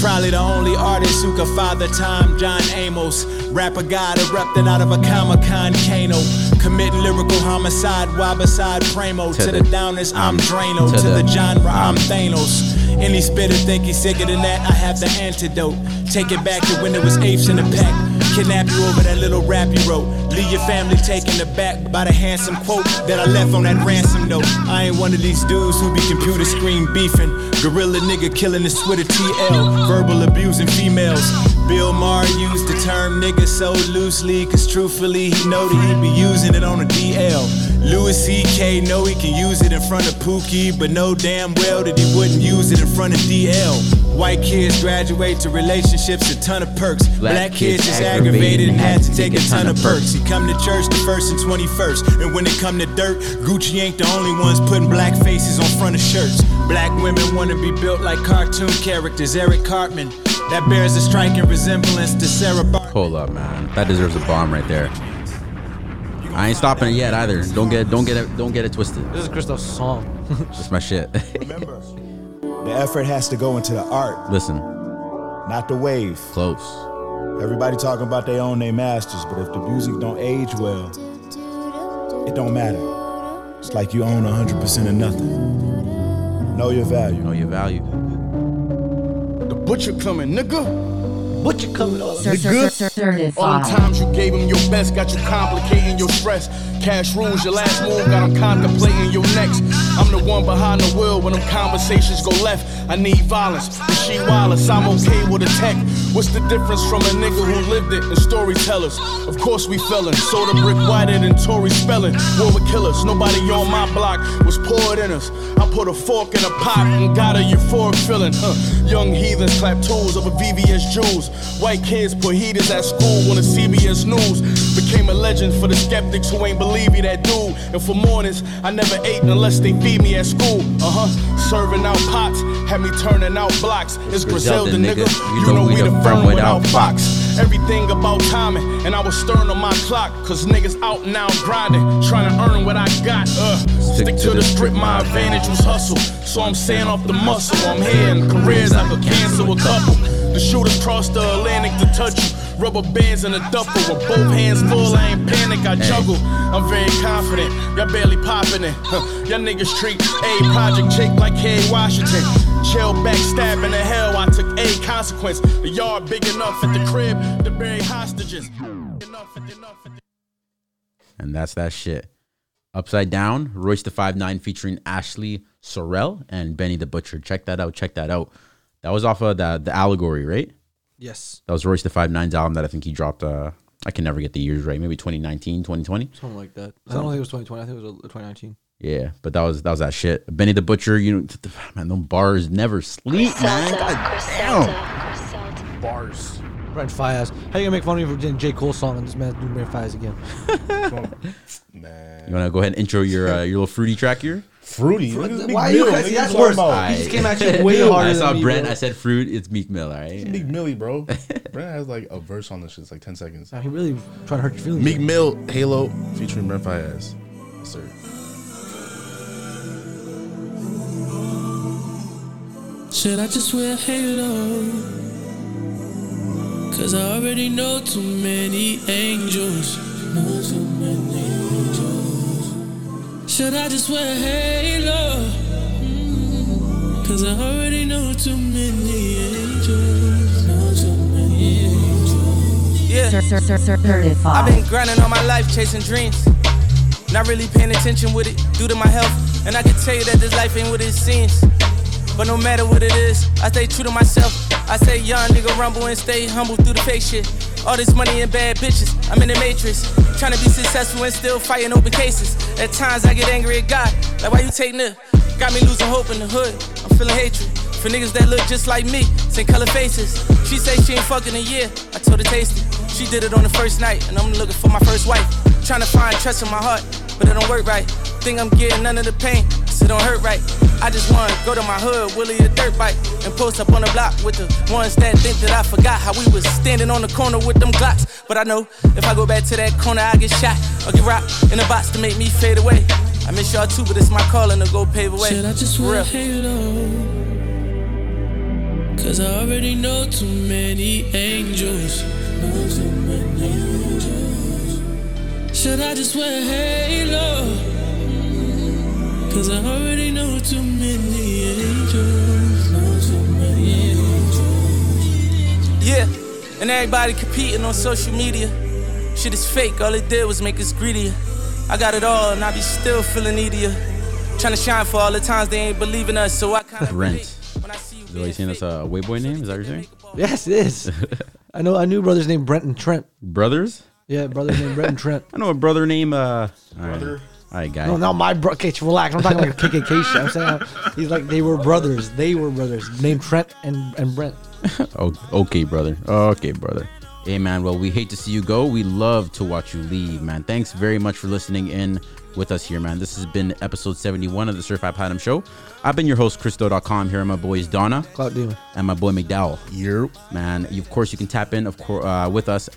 [SPEAKER 13] Probably the only artist who could father time, John Amos. Rapper God erupted out of a Comic Con cano. Committing lyrical homicide, wabaside, premo. To,
[SPEAKER 3] To
[SPEAKER 13] the,
[SPEAKER 3] the-
[SPEAKER 13] downers, I'm Drano. To, the, um, genre, I'm Thanos. Any spitter think he's sicker than that, I have the antidote. Take it back to when there was apes in the pack. Kidnap you over that little rap you wrote. Leave your family taken aback by the handsome quote that I left on that ransom note. I ain't one of these dudes who be computer screen beefing. Gorilla nigga killing this with a TL. Verbal abusing females. Bill Maher used the term nigga so loosely, cause truthfully he know that he be using it on a DL. Louis C.K. know he can use it in front of Pookie, but know damn well that he wouldn't use it in front of DL. White kids graduate to relationships, a ton of perks. Black, kids just aggravated and had to take a ton of perks. He come to church the first and 21st, and when it come to dirt, Gucci ain't the only ones putting black faces on front of shirts. Black women wanna be built like cartoon characters. Eric Cartman, that bears a striking resemblance to Sarah Barker.
[SPEAKER 3] Hold up, man. That deserves a bomb right there. I ain't stopping it yet either. Don't get don't get it don't get it twisted.
[SPEAKER 4] This is Christoph's song.
[SPEAKER 3] That's my shit.
[SPEAKER 13] The effort has to go into the art,
[SPEAKER 3] Listen,
[SPEAKER 13] not the wave.
[SPEAKER 3] Close.
[SPEAKER 13] Everybody talking about they own they masters, but if the music don't age well, it don't matter. It's like you own 100% of nothing. Know your value.
[SPEAKER 3] Know your value.
[SPEAKER 14] The butcher coming, nigga. Butcher coming,
[SPEAKER 2] Sir, sir, sir, sir,
[SPEAKER 14] nigga. All the
[SPEAKER 2] certified.
[SPEAKER 14] times you gave him your best got you complicating your stress. Cash rules your last move, got him contemplating your next. I'm the one behind the wheel when them conversations go left. I need violence, but she wireless. I'm okay with a tech. What's the difference from a nigga who lived it and storytellers? Of course we felons, soda brick whiter than Tory spelling. War with killers, nobody on my block was poured in us. I put a fork in a pot and got a euphoric feeling. Huh. Young heathens clap tools over VVS Jews. White kids put heaters at school on the CBS News. Became a legend for the skeptics who ain't believe you that dude. And for mornings, I never ate unless they feed me at school. Uh huh. Serving out pots, had me turning out blocks. It's Griselda, nigga. You know we the firm without fox. Everything about timing, and I was stern on my clock. Cause niggas out now grinding, trying to earn what I got. Uh, stick, to, the script, my advantage was hustle. So I'm saying off the muscle, I'm here in careers I could cancel a couple. The shooters crossed the Atlantic to touch you. Rubber bands in a duffel with both hands full. I ain't panic, I juggle. I'm very confident. Y'all barely popping it. Huh. Y'all niggas treat a project chick like Kerry Washington. Chill backstabbing the hell. I took a consequence. The yard big enough at the crib to bury hostages.
[SPEAKER 3] and that's that shit. Upside Down, Royce the Five Nine featuring Ashley Sorrell and Benny the Butcher. Check that out. Check that out. That was off of the the Allegory, right?
[SPEAKER 4] Yes.
[SPEAKER 3] That was Royce the Five Nine's album that I think he dropped. Uh, I can never get the years right. Maybe 2019, 2020.
[SPEAKER 4] Something like that. I don't think it was 2020. I think it was uh, 2019.
[SPEAKER 3] Yeah, but that was that was that shit. Benny the Butcher, you know, man, them bars never sleep, man. God
[SPEAKER 4] damn. Bars. Brent Fias. How you gonna make fun of me for doing J. Cole song and this man's doing Brent Fias again?
[SPEAKER 3] You want to go ahead and intro your uh, your little fruity track here?
[SPEAKER 5] Fruity?
[SPEAKER 4] Fruity? Why are you guys- that's worse. He just came at you way harder
[SPEAKER 3] I
[SPEAKER 4] than
[SPEAKER 3] saw
[SPEAKER 4] me,
[SPEAKER 3] Brent.
[SPEAKER 4] bro.
[SPEAKER 3] I said fruit. It's Meek Mill. All right.
[SPEAKER 5] Meek Millie, bro. Brent has like a verse on this shit. It's like 10 seconds.
[SPEAKER 4] he really trying to hurt your feelings.
[SPEAKER 5] Meek Mill, Halo, featuring Brent Fayez. Yes, sir.
[SPEAKER 15] Should I just wear halo? Cause I already know too many angels. Know too many angels. Should I just wear halo? Mm, Cause I already know too many angels. Know too many angels.
[SPEAKER 2] Sir, sir, sir, sir,
[SPEAKER 15] I've
[SPEAKER 2] certified.
[SPEAKER 15] been grinding all my life, chasing dreams. Not really paying attention with it due to my health. And I can tell you that this life ain't what it seems. But no matter what it is, I stay true to myself.
[SPEAKER 6] I say young nigga rumble and stay humble through the fake shit. All this money and bad bitches, I'm in the matrix. Trying to be successful and still fighting open cases. At times I get angry at God, like why you take nip? Got me losing hope in the hood, I'm feeling hatred. For niggas that look just like me, same color faces. She say she ain't fucking a year, I told her taste it. She did it on the first night, and I'm looking for my first wife. Trying to find trust in my heart, but it don't work right. Think I'm getting none of the pain, so it don't hurt right. I just wanna go to my hood, Willie a dirt bike, and post up on the block with the ones that think that I forgot how we was standing on the corner with them Glocks. But I know if I go back to that corner, I get shot or get rocked in a box to make me fade away. I miss y'all too, but it's my calling to go pave away.
[SPEAKER 15] Shit, I just
[SPEAKER 6] For
[SPEAKER 15] wanna
[SPEAKER 6] real.
[SPEAKER 15] hang it on. Cause I already know too many angels. Know too many angels. Should I just wear a halo? Cause I already know too many angels. Know too many angels.
[SPEAKER 6] Yeah, and everybody competing on social media. Shit is fake, all it did was make us greedier. I got it all, and I be still feeling needier. Trying to shine for all the times they ain't believing us, so I kinda.
[SPEAKER 3] Brent. Is that what you saying? That's a Wayboy name? Is that what you're saying?
[SPEAKER 4] Yes, it is. I know. I knew brothers named Brent and Trent.
[SPEAKER 3] Brothers?
[SPEAKER 4] Yeah, brothers named Brent and Trent.
[SPEAKER 3] I know a brother named. Uh, Brother. All right, guy.
[SPEAKER 4] No, not my bro. Okay, relax. I'm talking like a KKK shit. I'm saying he's like they were brothers. They were brothers named Trent and and Brent.
[SPEAKER 3] O- Oh, okay, brother. Okay, brother. Hey, man. Well, we hate to see you go. We love to watch you leave, man. Thanks very much for listening in with us here, man. This has been episode 71 of the Certified Platinum Show. I've been your host, Christo.com. Here are my boys, Donna.
[SPEAKER 4] Cloud Demon.
[SPEAKER 3] And my boy, McDowell. Yep. Man, you, of course, you can tap in of course, uh, with us.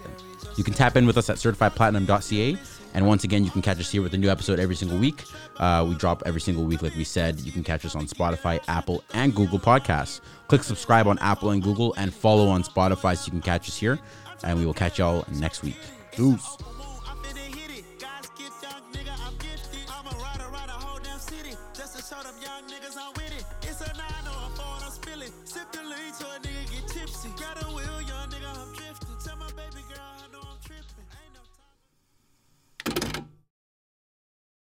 [SPEAKER 3] You can tap in with us at certifiedplatinum.ca. And once again, you can catch us here with a new episode every single week. Uh, we drop every single week, like we said. You can catch us on Spotify, Apple, and Google Podcasts. Click subscribe on Apple and Google and follow on Spotify so you can catch us here. And we will catch y'all next week. Deuce.